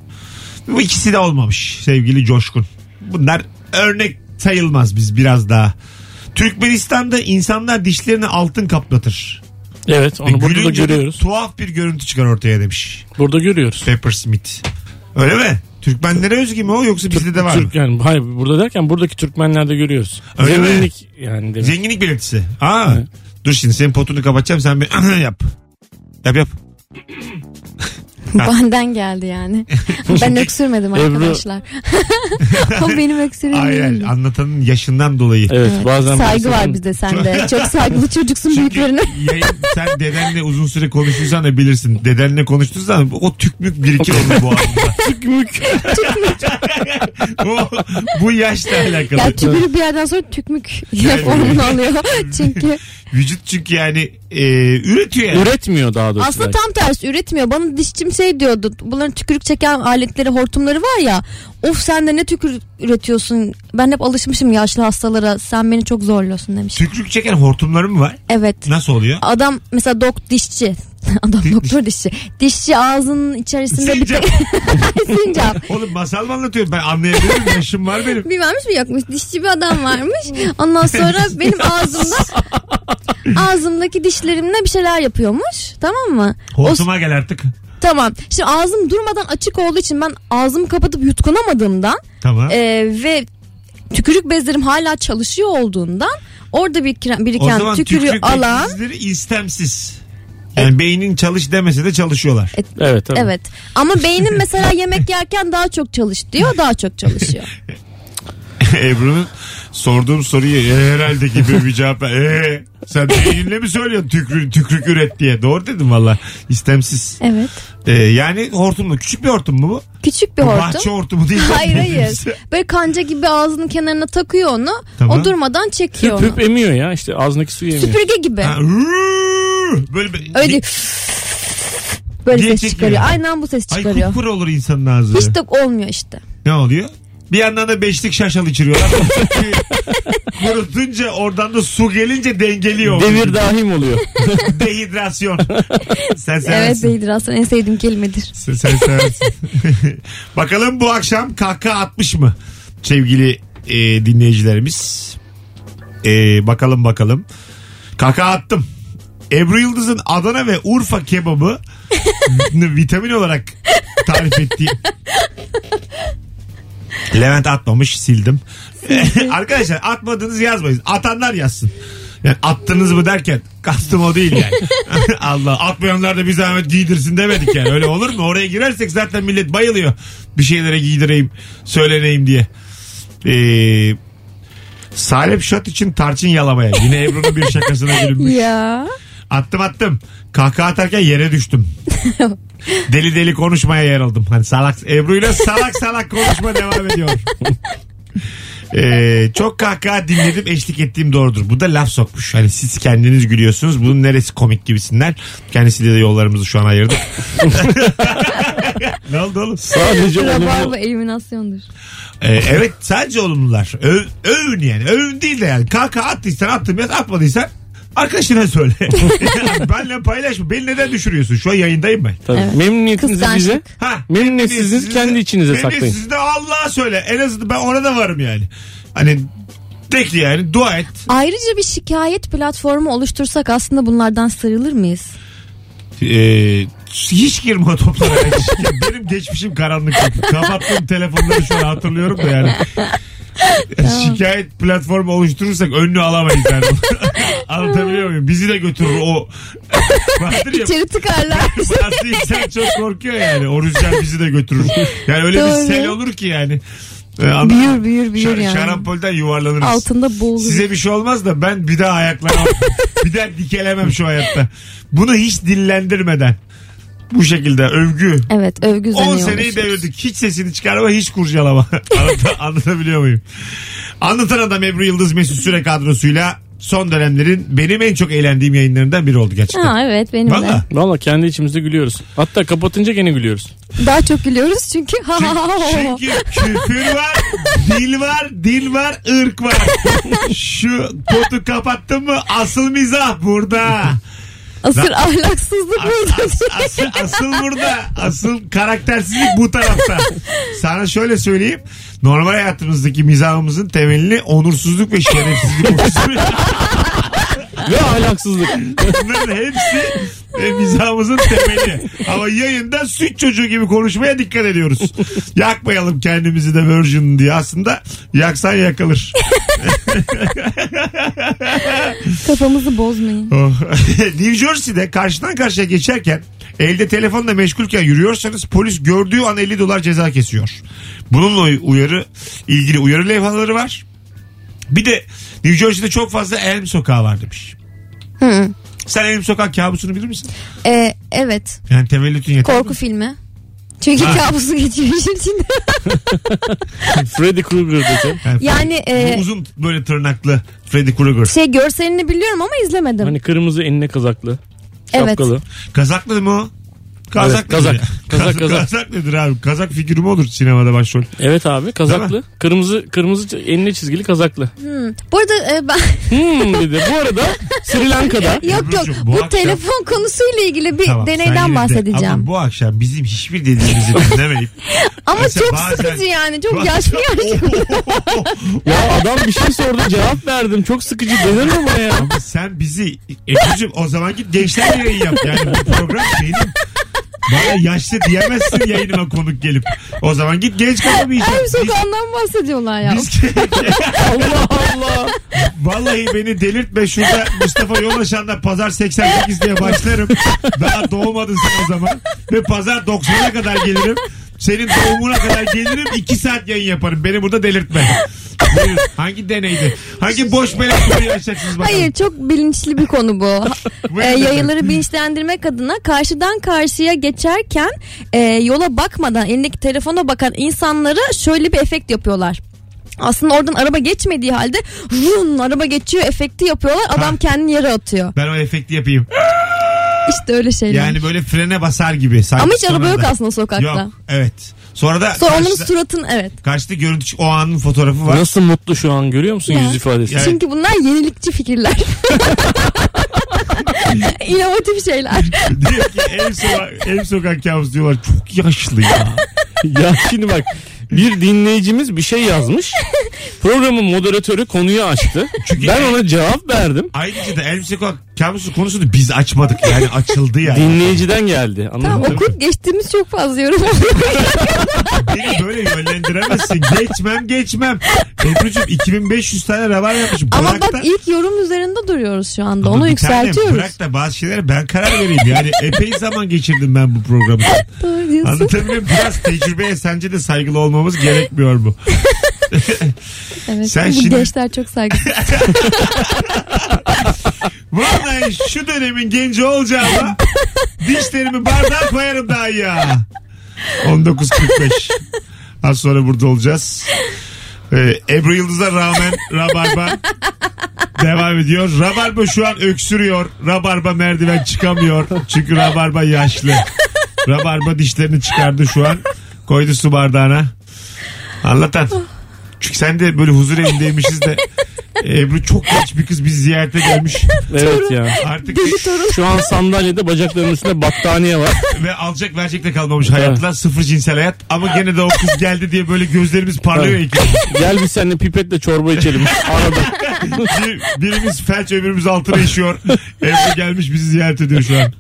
Speaker 2: Bu ikisi de olmamış sevgili Coşkun. Bunlar örnek sayılmaz biz biraz daha. Türkmenistan'da insanlar dişlerini altın kaplatır.
Speaker 5: Evet onu burada da
Speaker 2: E, Gülünce de
Speaker 5: görüyoruz.
Speaker 2: Tuhaf bir görüntü çıkar ortaya demiş.
Speaker 5: Burada görüyoruz.
Speaker 2: Pepper Smith. Öyle mi? Türkmenlere özgü mü o yoksa bizde de var mı?
Speaker 5: Türk yani hayır burada derken buradaki Türkmenlerde görüyoruz.
Speaker 2: Öyle mi?
Speaker 5: Zenginlik yani demek.
Speaker 2: Zenginlik belirtisi. Aa, dur şimdi senin potunu kapatacağım sen bir yap. Yap yap.
Speaker 4: Benden geldi yani. ben öksürmedim
Speaker 5: Ebru-
Speaker 4: arkadaşlar. o benim öksürüğüm
Speaker 2: Hayır hayır,
Speaker 4: değil.
Speaker 2: anlatanın yaşından dolayı.
Speaker 5: Evet, bazen
Speaker 4: Saygı
Speaker 5: mesela-
Speaker 4: var bizde sende. Çok saygılı çocuksun
Speaker 2: Çünkü
Speaker 4: büyüklerine.
Speaker 2: yayın- sen dedenle uzun süre konuşursan da bilirsin. Dedenle konuştuğun zaman o tükmük birikir onun bu bu, bu yaşla alakalı.
Speaker 4: Ya tükürük bir yerden sonra tükmük yine formunu alıyor. Çünkü
Speaker 2: Vücut çünkü yani e, üretiyor yani.
Speaker 5: Üretmiyor daha doğrusu.
Speaker 4: aslında
Speaker 5: belki.
Speaker 4: tam tersi üretmiyor. Bana dişçim şey diyordu. Bunların tükürük çeken aletleri, hortumları var ya. Of sen de ne tükürük üretiyorsun. Ben hep alışmışım yaşlı hastalara. Sen beni çok zorluyorsun demiş.
Speaker 2: Tükürük çeken hortumları mı var?
Speaker 4: Evet.
Speaker 2: Nasıl oluyor?
Speaker 4: Adam mesela dok dişçi. Adam doktor dişçi. Dişçi ağzının içerisinde bir
Speaker 2: Sincap.
Speaker 4: sincap.
Speaker 2: Oğlum masal mı anlatıyorum ben anlayabilirim yaşım var benim.
Speaker 4: Bir varmış bir yokmuş. Dişçi bir adam varmış. Ondan sonra benim ağzımda ağzımdaki dişlerimle bir şeyler yapıyormuş. Tamam mı? O,
Speaker 2: Hortuma gel artık.
Speaker 4: tamam. Şimdi ağzım durmadan açık olduğu için ben ağzımı kapatıp yutkunamadığımdan
Speaker 2: Tamam.
Speaker 4: e, ve tükürük bezlerim hala çalışıyor olduğundan orada biriken,
Speaker 2: o
Speaker 4: biriken
Speaker 2: zaman
Speaker 4: tükürüğü
Speaker 2: tükürük
Speaker 4: alan
Speaker 2: alan... istemsiz. Yani beynin çalış demese de çalışıyorlar.
Speaker 5: Evet tabii.
Speaker 4: Evet. Ama beynin mesela yemek yerken daha çok çalış diyor, daha çok çalışıyor.
Speaker 2: E- Ebru'nun sorduğum soruyu "E, herhalde gibi bir cevap ver. Ee, sen beyninle mi söylüyorsun tükrü, tükrük üret diye. Doğru dedim valla. İstemsiz.
Speaker 4: Evet.
Speaker 2: Ee, yani hortum mu? Küçük bir hortum mu bu?
Speaker 4: Küçük bir
Speaker 2: Bu
Speaker 4: hortum.
Speaker 2: Bahçe hortumu değil.
Speaker 4: Hayır hayır. Böyle kanca gibi ağzının kenarına takıyor onu.
Speaker 2: Tamam.
Speaker 4: O durmadan çekiyor
Speaker 5: Hüp
Speaker 4: onu.
Speaker 5: hüp emiyor ya işte ağzındaki suyu emiyor.
Speaker 4: Süpürge gibi.
Speaker 2: Ha, rrrr, Böyle bir-
Speaker 4: Öyle böyle
Speaker 2: Diye
Speaker 4: ses
Speaker 2: çekiyor.
Speaker 4: çıkarıyor. Aynen bu ses
Speaker 2: Ay
Speaker 4: çıkarıyor.
Speaker 2: kupkuru olur insanın ağzı.
Speaker 4: Hiç de olmuyor işte.
Speaker 2: Ne oluyor? Bir yandan da beşlik şaşalı içiriyorlar. Kurutunca oradan da su gelince dengeliyor.
Speaker 5: Devir dahim oluyor.
Speaker 2: Dehidrasyon. Sen
Speaker 4: Evet
Speaker 2: seversin.
Speaker 4: beydir aslında en sevdiğim kelimedir.
Speaker 2: Sen, sen seversin. Bakalım bu akşam kahkaha atmış mı? Sevgili e, dinleyicilerimiz. E, bakalım bakalım. Kahkaha attım. Ebru Yıldız'ın Adana ve Urfa kebabı vitamin olarak tarif ettiği Levent atmamış sildim. Arkadaşlar atmadınız yazmayın. Atanlar yazsın. Yani attınız mı derken kastım o değil yani. Allah atmayanlar da bir zahmet giydirsin demedik yani. Öyle olur mu? Oraya girersek zaten millet bayılıyor. Bir şeylere giydireyim, söyleneyim diye. Ee, Salep şat için tarçın yalamaya. Yine Ebru'nun bir şakasına gülünmüş.
Speaker 4: Ya.
Speaker 2: Attım attım. Kahkaha atarken yere düştüm. deli deli konuşmaya yer oldum. Hani salak Ebru'yla salak salak konuşma devam ediyor. Ee, çok kahkaha dinledim eşlik ettiğim doğrudur. Bu da laf sokmuş. Hani siz kendiniz gülüyorsunuz. Bunun neresi komik gibisinler. Kendisiyle de yollarımızı şu an ayırdık. ne oldu oğlum?
Speaker 5: Sadece
Speaker 4: Rabarba
Speaker 5: olumlu.
Speaker 4: eliminasyondur.
Speaker 2: Ee, evet sadece olumlular. Öv, övün yani. Övün değil de yani. Kahkaha attıysan attın biraz atmadıysan arkadaşına söyle. Benle paylaşma. Beni neden düşürüyorsun? Şu an yayındayım ben.
Speaker 5: Tabii. Memnuniyetinizi
Speaker 4: Kıskançlık.
Speaker 5: bize.
Speaker 2: Ha,
Speaker 5: Memnuniyetsizliğinizi kendi içinize saklayın.
Speaker 2: Memnuniyetsizliğini Allah'a söyle. En azından ben ona da varım yani. Hani de ki yani dua et.
Speaker 4: Ayrıca bir şikayet platformu oluştursak aslında bunlardan sarılır mıyız?
Speaker 2: Ee, hiç girme o toplara. Ya Benim geçmişim karanlık. Kapattığım telefonları şu an hatırlıyorum da yani. Şikayet platformu oluşturursak önünü alamayız yani. Anlatabiliyor muyum? Bizi de götürür o. Vardır ya
Speaker 4: İçeri tıkarlar.
Speaker 2: Aslında insan çok korkuyor yani. O rüzgar bizi de götürür. Yani öyle
Speaker 4: Doğru.
Speaker 2: bir sel olur ki yani. Ee, anladın mı?
Speaker 4: büyür büyür büyür
Speaker 2: Şa-
Speaker 4: yani.
Speaker 2: Şarampolden yuvarlanırız.
Speaker 4: Altında boğulur.
Speaker 2: Size bir şey olmaz da ben bir daha ayaklanamam. bir daha dikelemem şu hayatta. Bunu hiç dillendirmeden. Bu şekilde övgü.
Speaker 4: Evet övgü
Speaker 2: 10
Speaker 4: zanıyor
Speaker 2: seneyi
Speaker 4: oluşur.
Speaker 2: devirdik. Hiç sesini çıkarma, hiç kurcalama. Anlat- Anlatabiliyor muyum? Anlatan adam Ebru Yıldız Mesut Süre kadrosuyla son dönemlerin benim en çok eğlendiğim yayınlarından biri oldu gerçekten.
Speaker 4: Ha evet benim de.
Speaker 2: Valla.
Speaker 5: Valla kendi içimizde gülüyoruz. Hatta kapatınca gene gülüyoruz.
Speaker 4: Daha çok gülüyoruz çünkü ha ha ha ha.
Speaker 2: Çünkü küfür var, dil var, dil var, ırk var. Şu kotu kapattın mı asıl mizah burada.
Speaker 4: Asır ahlaksızlık burada.
Speaker 2: As- asıl, asıl burada. Asıl karaktersizlik bu tarafta. Sana şöyle söyleyeyim. Normal hayatımızdaki mizahımızın temelini onursuzluk ve şerefsizlik oluşturuyor.
Speaker 5: Ve ahlaksızlık.
Speaker 2: Bunların hepsi e, mizahımızın temeli. Ama yayında süt çocuğu gibi konuşmaya dikkat ediyoruz. Yakmayalım kendimizi de virgin diye. Aslında yaksan yakılır.
Speaker 4: Kafamızı bozmayın.
Speaker 2: Oh. New Jersey'de karşıdan karşıya geçerken elde telefonla meşgulken yürüyorsanız polis gördüğü an 50 dolar ceza kesiyor. Bununla uyarı ilgili uyarı levhaları var. Bir de New Jersey'de çok fazla Elm sokağı var demiş.
Speaker 4: Hı.
Speaker 2: Sen Elm sokağı kabusunu bilir misin?
Speaker 4: Ee, evet
Speaker 2: Yani tevellütün yeter.
Speaker 4: korku filmi. Çünkü kabusu geçiyor işin içinde.
Speaker 5: Freddy Krueger'daki.
Speaker 4: Yani e,
Speaker 2: Bu uzun böyle tırnaklı Freddy Krueger.
Speaker 4: şey görselini biliyorum ama izlemedim.
Speaker 5: Hani kırmızı enine kazaklı.
Speaker 4: Evet.
Speaker 5: Şapkalı.
Speaker 2: Kazaklı mı o? Kazak
Speaker 5: Evet, kazak.
Speaker 2: nedir ya?
Speaker 5: Kazak, kazak.
Speaker 2: Kazak nedir abi? Kazak figürü mü olur sinemada başrol?
Speaker 5: Evet abi kazaklı. Kırmızı kırmızı enine çizgili kazaklı.
Speaker 4: Bu arada e, ben
Speaker 5: Hmm dedi. Bu arada Sri Lanka'da
Speaker 4: yok yok
Speaker 2: Ebru'cum, bu
Speaker 4: bu,
Speaker 2: akşam-
Speaker 4: telefon konusuyla ilgili bir
Speaker 2: Tamam, sen yine
Speaker 4: deneyden
Speaker 2: de-
Speaker 4: bahsedeceğim.
Speaker 2: Ama bu akşam bizim hiçbir dediğimizi dinlemeyip
Speaker 4: Ama
Speaker 2: Mesela
Speaker 4: çok
Speaker 2: bazen-
Speaker 4: sıkıcı yani. Çok
Speaker 2: Bazen-
Speaker 4: yaşlı yaşlı.
Speaker 5: ya adam bir şey sordu cevap verdim. Çok sıkıcı denir mi buna ya?
Speaker 2: Sen bizi Ebru'cum o zaman git gençler yayın yap. Yani bu program benim. Bana yaşlı diyemezsin yayınıma konuk gelip. O zaman git genç kafa bir işe.
Speaker 4: Her
Speaker 2: Biz-
Speaker 4: sokağından bahsediyorlar ya.
Speaker 2: biz-
Speaker 5: Allah Allah.
Speaker 2: Vallahi beni delirtme şurada Mustafa Yolaşan'da pazar 88 diye başlarım. Daha doğmadın sen o zaman. Ve pazar 90'a kadar gelirim. Senin doğumuna kadar gelirim 2 saat yayın yaparım. Beni burada delirtme. Buyurun. Hangi deneydi? Hangi boş melek soruyu açacaksınız bakalım?
Speaker 4: Hayır çok bilinçli bir konu bu.
Speaker 2: Buyurun
Speaker 4: E,
Speaker 2: efendim.
Speaker 4: yayıları bilinçlendirmek adına karşıdan karşıya geçerken e, yola bakmadan elindeki telefona bakan insanlara şöyle bir efekt yapıyorlar. Aslında oradan araba geçmediği halde vun araba geçiyor efekti yapıyorlar. Adam kendini yere atıyor.
Speaker 2: Ben o efekti yapayım.
Speaker 4: İşte öyle şeyler.
Speaker 2: Yani böyle frene basar gibi. sanki
Speaker 4: Ama hiç araba
Speaker 2: sonra
Speaker 4: yok
Speaker 2: da.
Speaker 4: aslında sokakta.
Speaker 2: Yok evet. Sonra da
Speaker 4: Sonra onun
Speaker 2: karşıda,
Speaker 4: suratın evet.
Speaker 2: karşıda görüntü o anın fotoğrafı var.
Speaker 5: Nasıl mutlu şu an görüyor musun yüz ifadesi?
Speaker 2: Evet.
Speaker 4: Çünkü bunlar yenilikçi fikirler. İnovatif şeyler.
Speaker 2: Diyor ki ev sokak, ev sokak kabusu diyorlar. Çok yaşlı ya.
Speaker 5: ya şimdi bak bir dinleyicimiz bir şey yazmış. Programın moderatörü konuyu açtı. ben ona cevap verdim.
Speaker 2: Ayrıca da elbise koyak kabusu konusunu biz açmadık yani açıldı yani.
Speaker 5: Dinleyiciden geldi. Anladın
Speaker 4: Tamam
Speaker 5: mı?
Speaker 4: okut geçtiğimiz çok fazla yorum oluyor.
Speaker 2: Beni böyle yönlendiremezsin. Geçmem geçmem. Ebru'cum 2500 tane rabar yapmış. Bırak
Speaker 4: Ama
Speaker 2: da,
Speaker 4: bak ilk yorum üzerinde duruyoruz şu anda.
Speaker 2: Ama
Speaker 4: Onu
Speaker 2: bir tanem,
Speaker 4: yükseltiyoruz.
Speaker 2: Bırak da bazı şeylere ben karar vereyim. Yani epey zaman geçirdim ben bu programı.
Speaker 4: Doğru diyorsun.
Speaker 2: Anlatabiliyor muyum? Biraz tecrübeye sence de saygılı olmamız gerekmiyor mu?
Speaker 4: Evet. Hani
Speaker 2: Sen
Speaker 4: bu
Speaker 2: şimdi-
Speaker 4: gençler çok saygısız.
Speaker 2: Vallahi şu dönemin genci olacağıma dişlerimi bardağa koyarım daha iyi ha. 19.45. Az sonra burada olacağız. Ee, Ebru Yıldız'a rağmen Rabarba devam ediyor. Rabarba şu an öksürüyor. Rabarba merdiven çıkamıyor. Çünkü Rabarba yaşlı. Rabarba dişlerini çıkardı şu an. Koydu su bardağına. Anlatan. Çünkü sen de böyle huzur evindeymişiz de Ebru çok genç bir kız bizi ziyarete gelmiş.
Speaker 5: Evet ya.
Speaker 2: Artık
Speaker 4: Deli torun.
Speaker 5: Şu an sandalyede bacaklarının üstünde battaniye var.
Speaker 2: ve alacak verecek de kalmamış hayatla sıfır cinsel hayat ama gene de o kız geldi diye böyle gözlerimiz parlıyor
Speaker 5: Evet.
Speaker 2: ikimiz.
Speaker 5: Gel biz seninle pipetle çorba içelim. Arada.
Speaker 2: Bir- birimiz felç öbürümüz altına işiyor. Ebru gelmiş bizi ziyaret ediyor şu an.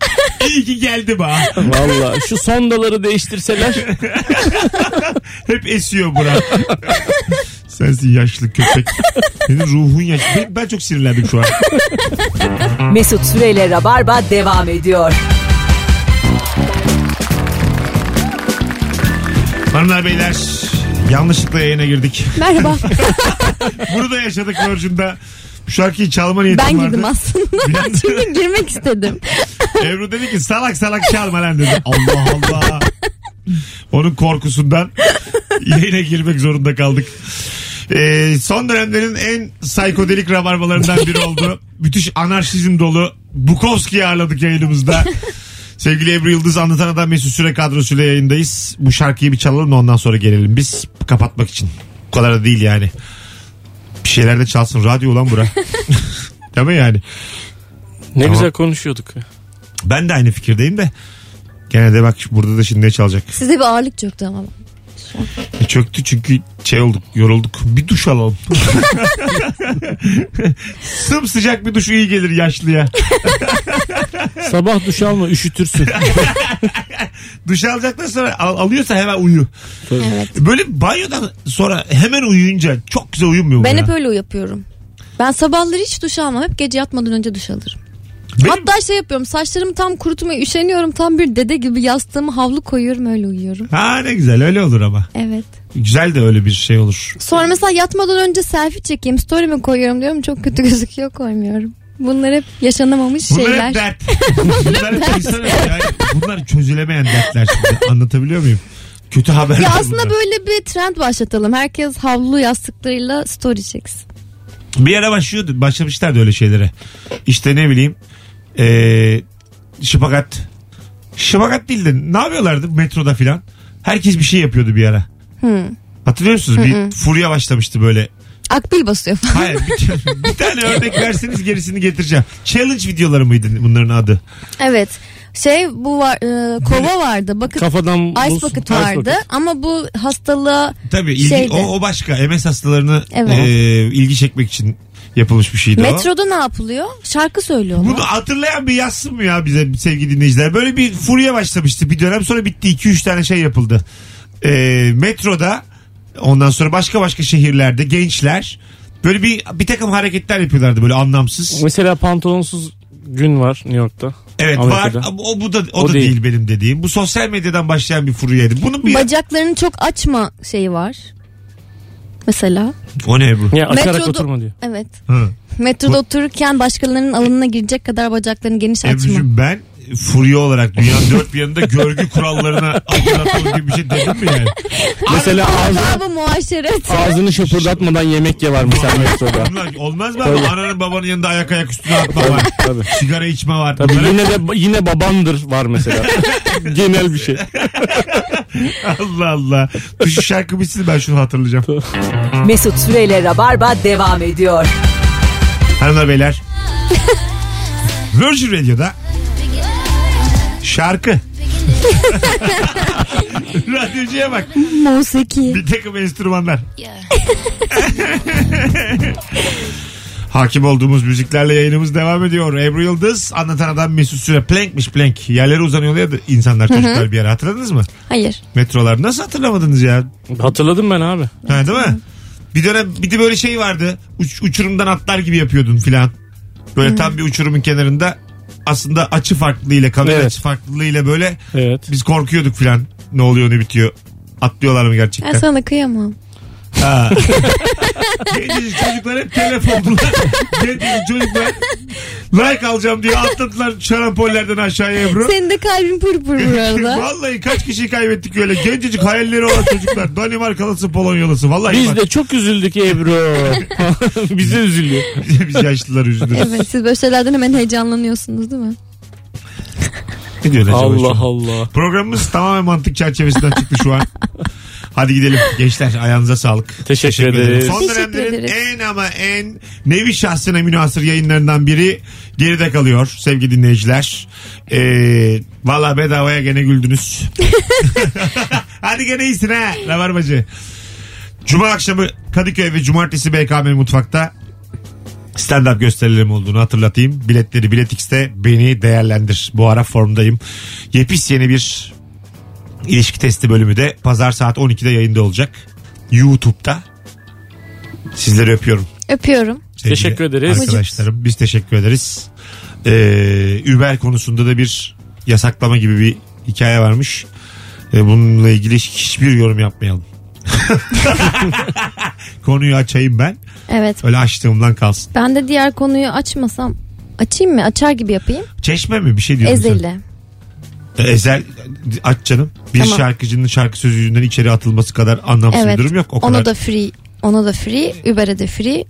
Speaker 2: İyi ki geldi ba.
Speaker 5: Valla şu sondaları değiştirseler.
Speaker 2: Hep esiyor bura. Sensin yaşlı köpek. Senin ruhun yaşlı. Ben, ben çok sinirlendim şu an.
Speaker 1: Mesut Süreyle Rabarba devam ediyor.
Speaker 2: Hanımlar beyler yanlışlıkla yayına girdik.
Speaker 4: Merhaba.
Speaker 2: Bunu da yaşadık Virgin'da. Bu şarkıyı çalma niyetim
Speaker 4: ben
Speaker 2: vardı.
Speaker 4: girdim aslında.
Speaker 2: Biraz-
Speaker 4: Çünkü girmek istedim.
Speaker 2: Ebru dedi ki salak salak çalma lan dedi. Allah Allah. Onun korkusundan yayına girmek zorunda kaldık. Ee, son dönemlerin en psikodelik rabarbalarından biri oldu. Müthiş anarşizm dolu. Bukowski'yi ağırladık yayınımızda. Sevgili Ebru Yıldız anlatan adam Mesut Süre kadrosuyla yayındayız. Bu şarkıyı bir çalalım da ondan sonra gelelim biz kapatmak için. Bu kadar da değil yani. Bir şeyler de çalsın radyo ulan bura. Değil mi yani?
Speaker 5: Ne güzel konuşuyorduk.
Speaker 2: Ben de aynı fikirdeyim de. Gene de bak burada da şimdi ne çalacak.
Speaker 4: Size bir ağırlık çöktü ama.
Speaker 2: E, Çöktü çünkü şey olduk yorulduk. Bir duş alalım. Sımsıcak bir duş iyi gelir yaşlıya.
Speaker 5: Sabah duş alma üşütürsün.
Speaker 2: Duş alacaktan sonra al- alıyorsa hemen uyu.
Speaker 4: Evet.
Speaker 2: Böyle banyodan sonra hemen uyuyunca çok güzel uyumuyor mu
Speaker 4: Ben
Speaker 2: ya?
Speaker 4: hep öyle yapıyorum. Ben sabahları hiç duş almam. Hep gece yatmadan önce duş alırım.
Speaker 2: Benim-
Speaker 4: Hatta şey yapıyorum. Saçlarımı tam kurutmaya üşeniyorum. Tam bir dede gibi yastığımı havlu koyuyorum. Öyle uyuyorum.
Speaker 2: Ha ne güzel öyle olur ama.
Speaker 4: Evet.
Speaker 2: Güzel de öyle bir şey olur.
Speaker 4: Sonra mesela yatmadan önce selfie çekeyim. Story'mi koyuyorum diyorum. Çok kötü gözüküyor koymuyorum. Bunlar hep yaşanamamış
Speaker 2: Bunlar
Speaker 4: şeyler.
Speaker 2: hep dert. bunlar, hep insan- yani bunlar çözülemeyen dertler şimdi. Anlatabiliyor muyum? Kötü haberler
Speaker 4: Ya aslında
Speaker 2: bunlar.
Speaker 4: böyle bir trend başlatalım. Herkes havlu yastıklarıyla story çeksin.
Speaker 2: Bir ara başlıyordu. Başlamışlardı öyle şeylere. İşte ne bileyim. eee şıpagat. Şıpagat değil de ne yapıyorlardı metroda filan? Herkes bir şey yapıyordu bir ara.
Speaker 4: Hmm.
Speaker 2: Hatırlıyor musunuz? Bir furya başlamıştı böyle.
Speaker 4: Akbil basıyor falan.
Speaker 2: Hayır bir, bir tane örnek verseniz gerisini getireceğim. Challenge videoları mıydı bunların adı?
Speaker 4: Evet. Şey bu var e, kova vardı. Bakın
Speaker 5: Kafadan
Speaker 4: ice
Speaker 5: buz-
Speaker 4: bucket vardı
Speaker 5: bucket.
Speaker 4: ama bu hastalığa
Speaker 2: Tabii ilgi,
Speaker 4: Şeydi.
Speaker 2: o, o başka. MS hastalarını
Speaker 4: Evet.
Speaker 2: eee, ilgi çekmek için yapılmış bir şeydi o.
Speaker 4: Metroda ne yapılıyor? Şarkı söylüyorlar.
Speaker 2: Bunu hatırlayan bir yazsın mı ya bize sevgili dinleyiciler? Böyle bir furya başlamıştı bir dönem sonra bitti. 2-3 tane şey yapıldı. Ee, metroda ondan sonra başka başka şehirlerde gençler böyle bir bir takım hareketler yapıyorlardı böyle anlamsız.
Speaker 5: Mesela pantolonsuz gün var New York'ta.
Speaker 2: Evet
Speaker 5: Amerika'da.
Speaker 2: var ama o bu da o,
Speaker 5: O
Speaker 2: da değil.
Speaker 5: değil.
Speaker 2: benim dediğim. Bu sosyal medyadan başlayan bir furyaydı. Bunu bir
Speaker 4: Bacaklarını çok açma şeyi var. Mesela.
Speaker 2: o ne bu?
Speaker 5: Ya açarak
Speaker 4: Metroda-
Speaker 5: oturma diyor.
Speaker 4: Evet.
Speaker 2: Hı.
Speaker 4: Metroda otururken başkalarının alanına girecek kadar bacaklarını geniş açma.
Speaker 2: Ebru'cum ben furya olarak dünyanın dört bir yanında görgü kurallarına atılan gibi bir şey dedim mi yani?
Speaker 5: Mesela ağzını,
Speaker 4: Adabı muaşeret.
Speaker 5: ağzını şıpırdatmadan yemek ye var mesela metroda.
Speaker 2: Ulan olmaz mı? abi? Ananın babanın yanında ayak ayak üstüne atma var.
Speaker 5: Tabii.
Speaker 2: Sigara içme var.
Speaker 5: Tabii
Speaker 2: Bunlara-
Speaker 5: yine de yine babandır var mesela. Genel bir şey.
Speaker 2: Allah Allah. Dur Şu şarkı bitsin ben şunu hatırlayacağım.
Speaker 1: Mesut Süreyle Rabarba devam ediyor.
Speaker 2: Hanımlar beyler. Virgin Radio'da şarkı. Radyocuya bak.
Speaker 4: Musiki.
Speaker 2: Bir takım enstrümanlar. Hakim olduğumuz müziklerle yayınımız devam ediyor. Ebru Yıldız anlatan adam Mesut Süre. Plankmiş plank. Yerlere uzanıyorlar ya da insanlar çocuklar bir yere. Hatırladınız mı?
Speaker 4: Hayır.
Speaker 2: Metrolar. Nasıl hatırlamadınız ya?
Speaker 5: Hatırladım ben abi.
Speaker 2: Ha, değil mi? Bir dönem bir de böyle şey vardı. Uç- uçurumdan atlar gibi yapıyordun filan. Böyle tam bir uçurumun kenarında aslında açı farklılığıyla kamera
Speaker 5: Evet.
Speaker 2: açı farklılığıyla böyle
Speaker 5: Evet.
Speaker 2: biz korkuyorduk filan. Ne oluyor ne bitiyor. Atlıyorlar mı gerçekten?
Speaker 4: Ben sana kıyamam.
Speaker 2: Ha. Gencecik çocuklar hep telef oldular. Gencecik çocuklar like alacağım diye atladılar şarampollerden aşağıya Ebru.
Speaker 4: Senin de kalbin pır pır bu arada.
Speaker 2: Vallahi kaç kişiyi kaybettik öyle. Gencecik hayalleri olan çocuklar. Danimarkalısı, Polonyalısı. Vallahi
Speaker 5: Biz
Speaker 2: bak-
Speaker 5: de çok üzüldük Ebru. Bize üzülüyor.
Speaker 2: biz yaşlılar üzülürüz.
Speaker 4: evet siz böyle şeylerden hemen heyecanlanıyorsunuz değil mi?
Speaker 2: Ne diyor acaba şu an?
Speaker 5: Allah Allah.
Speaker 2: Programımız tamamen mantık çerçevesinden çıktı şu an. Hadi gidelim gençler ayağınıza sağlık.
Speaker 5: Teşekkür ederiz.
Speaker 2: Son
Speaker 4: Teşekkür
Speaker 2: dönemlerin
Speaker 4: ederiz.
Speaker 2: en ama en nevi şahsına münasır yayınlarından biri geride kalıyor sevgili dinleyiciler. Ee, Valla bedavaya gene güldünüz. Hadi gene iyisin ha Rabarbacı. Cuma akşamı Kadıköy ve Cumartesi BKM Mutfak'ta stand-up gösterilerim olduğunu hatırlatayım. Biletleri Biletix'te beni değerlendir. Bu ara formdayım. Yepis yeni bir ilişki testi bölümü de pazar saat 12'de yayında olacak. YouTube'da. Sizleri öpüyorum.
Speaker 4: Öpüyorum.
Speaker 2: sevgili
Speaker 5: Teşekkür ederiz.
Speaker 2: Arkadaşlarım biz teşekkür ederiz. Ee, Uber konusunda da bir yasaklama gibi bir hikaye varmış. Ee, bununla ilgili hiçbir yorum yapmayalım. Konuyu açayım ben.
Speaker 4: Evet.
Speaker 2: Öyle açtığımdan kalsın.
Speaker 4: Ben de diğer konuyu açmasam açayım mı? Açar gibi yapayım.
Speaker 2: Çeşme mi bir şey diyorsun sen?
Speaker 4: Ezeli.
Speaker 2: E, Ezel aç canım. Bir
Speaker 4: Tamam.
Speaker 2: şarkıcının şarkı sözü yüzünden içeri atılması kadar anlamsız
Speaker 4: Evet.
Speaker 2: bir durum yok. O
Speaker 4: Onu
Speaker 2: kadar.
Speaker 4: da free. Onu da free. Uber'e de free.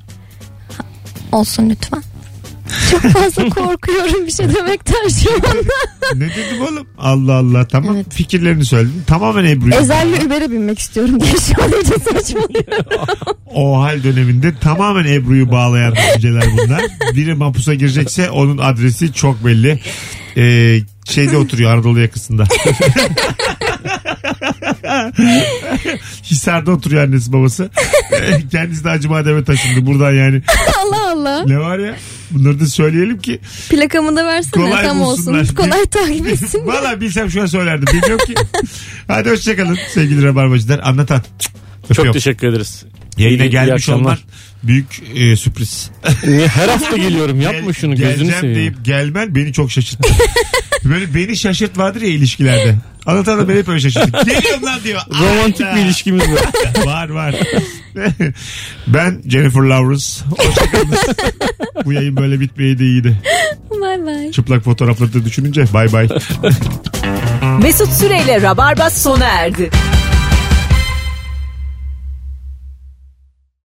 Speaker 4: Ha, Olsun lütfen. Çok fazla korkuyorum bir şey demekten şu an.
Speaker 2: Ne dedim oğlum? Allah Allah tamam.
Speaker 4: Evet.
Speaker 2: Fikirlerini söyledin. Tamamen Ebru'yu.
Speaker 4: Ezel'le Uber'e binmek istiyorum diye şu an iyice saçmalıyorum.
Speaker 2: O hal döneminde tamamen Ebru'yu bağlayan düşünceler bunlar. Biri mapusa girecekse onun adresi çok belli. Ee, şeyde oturuyor Anadolu yakasında. Hisar'da oturuyor annesi babası. E, Kendisi de Acıbadem'e taşındı. Buradan yani.
Speaker 4: Allah Allah.
Speaker 2: Ne var ya? Bunları da söyleyelim ki
Speaker 4: Plakamı da versene
Speaker 2: Kolay
Speaker 4: tam
Speaker 2: bulsunlar.
Speaker 4: olsun. Kolay takip etsin.
Speaker 2: Valla bilsem şu an söylerdim. Bilmiyorum ki. Hadi hoşçakalın sevgili Rabarbacılar. Anlatan.
Speaker 5: Çok
Speaker 2: Öpüyorum.
Speaker 5: teşekkür ederiz.
Speaker 2: Yayına
Speaker 5: İyi- iyi
Speaker 2: gelmiş
Speaker 5: akşamlar.
Speaker 2: olman büyük e, sürpriz.
Speaker 5: Niye her hafta geliyorum yapma
Speaker 2: Gel-
Speaker 5: şunu
Speaker 2: geleceğim
Speaker 5: gözünü seveyim.
Speaker 2: deyip gelmen beni çok şaşırttı. Böyle beni şaşırt vardır ya ilişkilerde. Anlatan da beni hep öyle şaşırttı. Geliyorum lan diyor.
Speaker 5: Romantik
Speaker 2: Ayda.
Speaker 5: bir ilişkimiz var.
Speaker 2: var var. ben Jennifer Lawrence. Hoşçakalın. Bu yayın böyle bitmeyeydi iyiydi.
Speaker 4: Bay bay.
Speaker 2: Çıplak fotoğrafları da düşününce bay bay.
Speaker 1: Mesut Süreyle Rabarba sona erdi.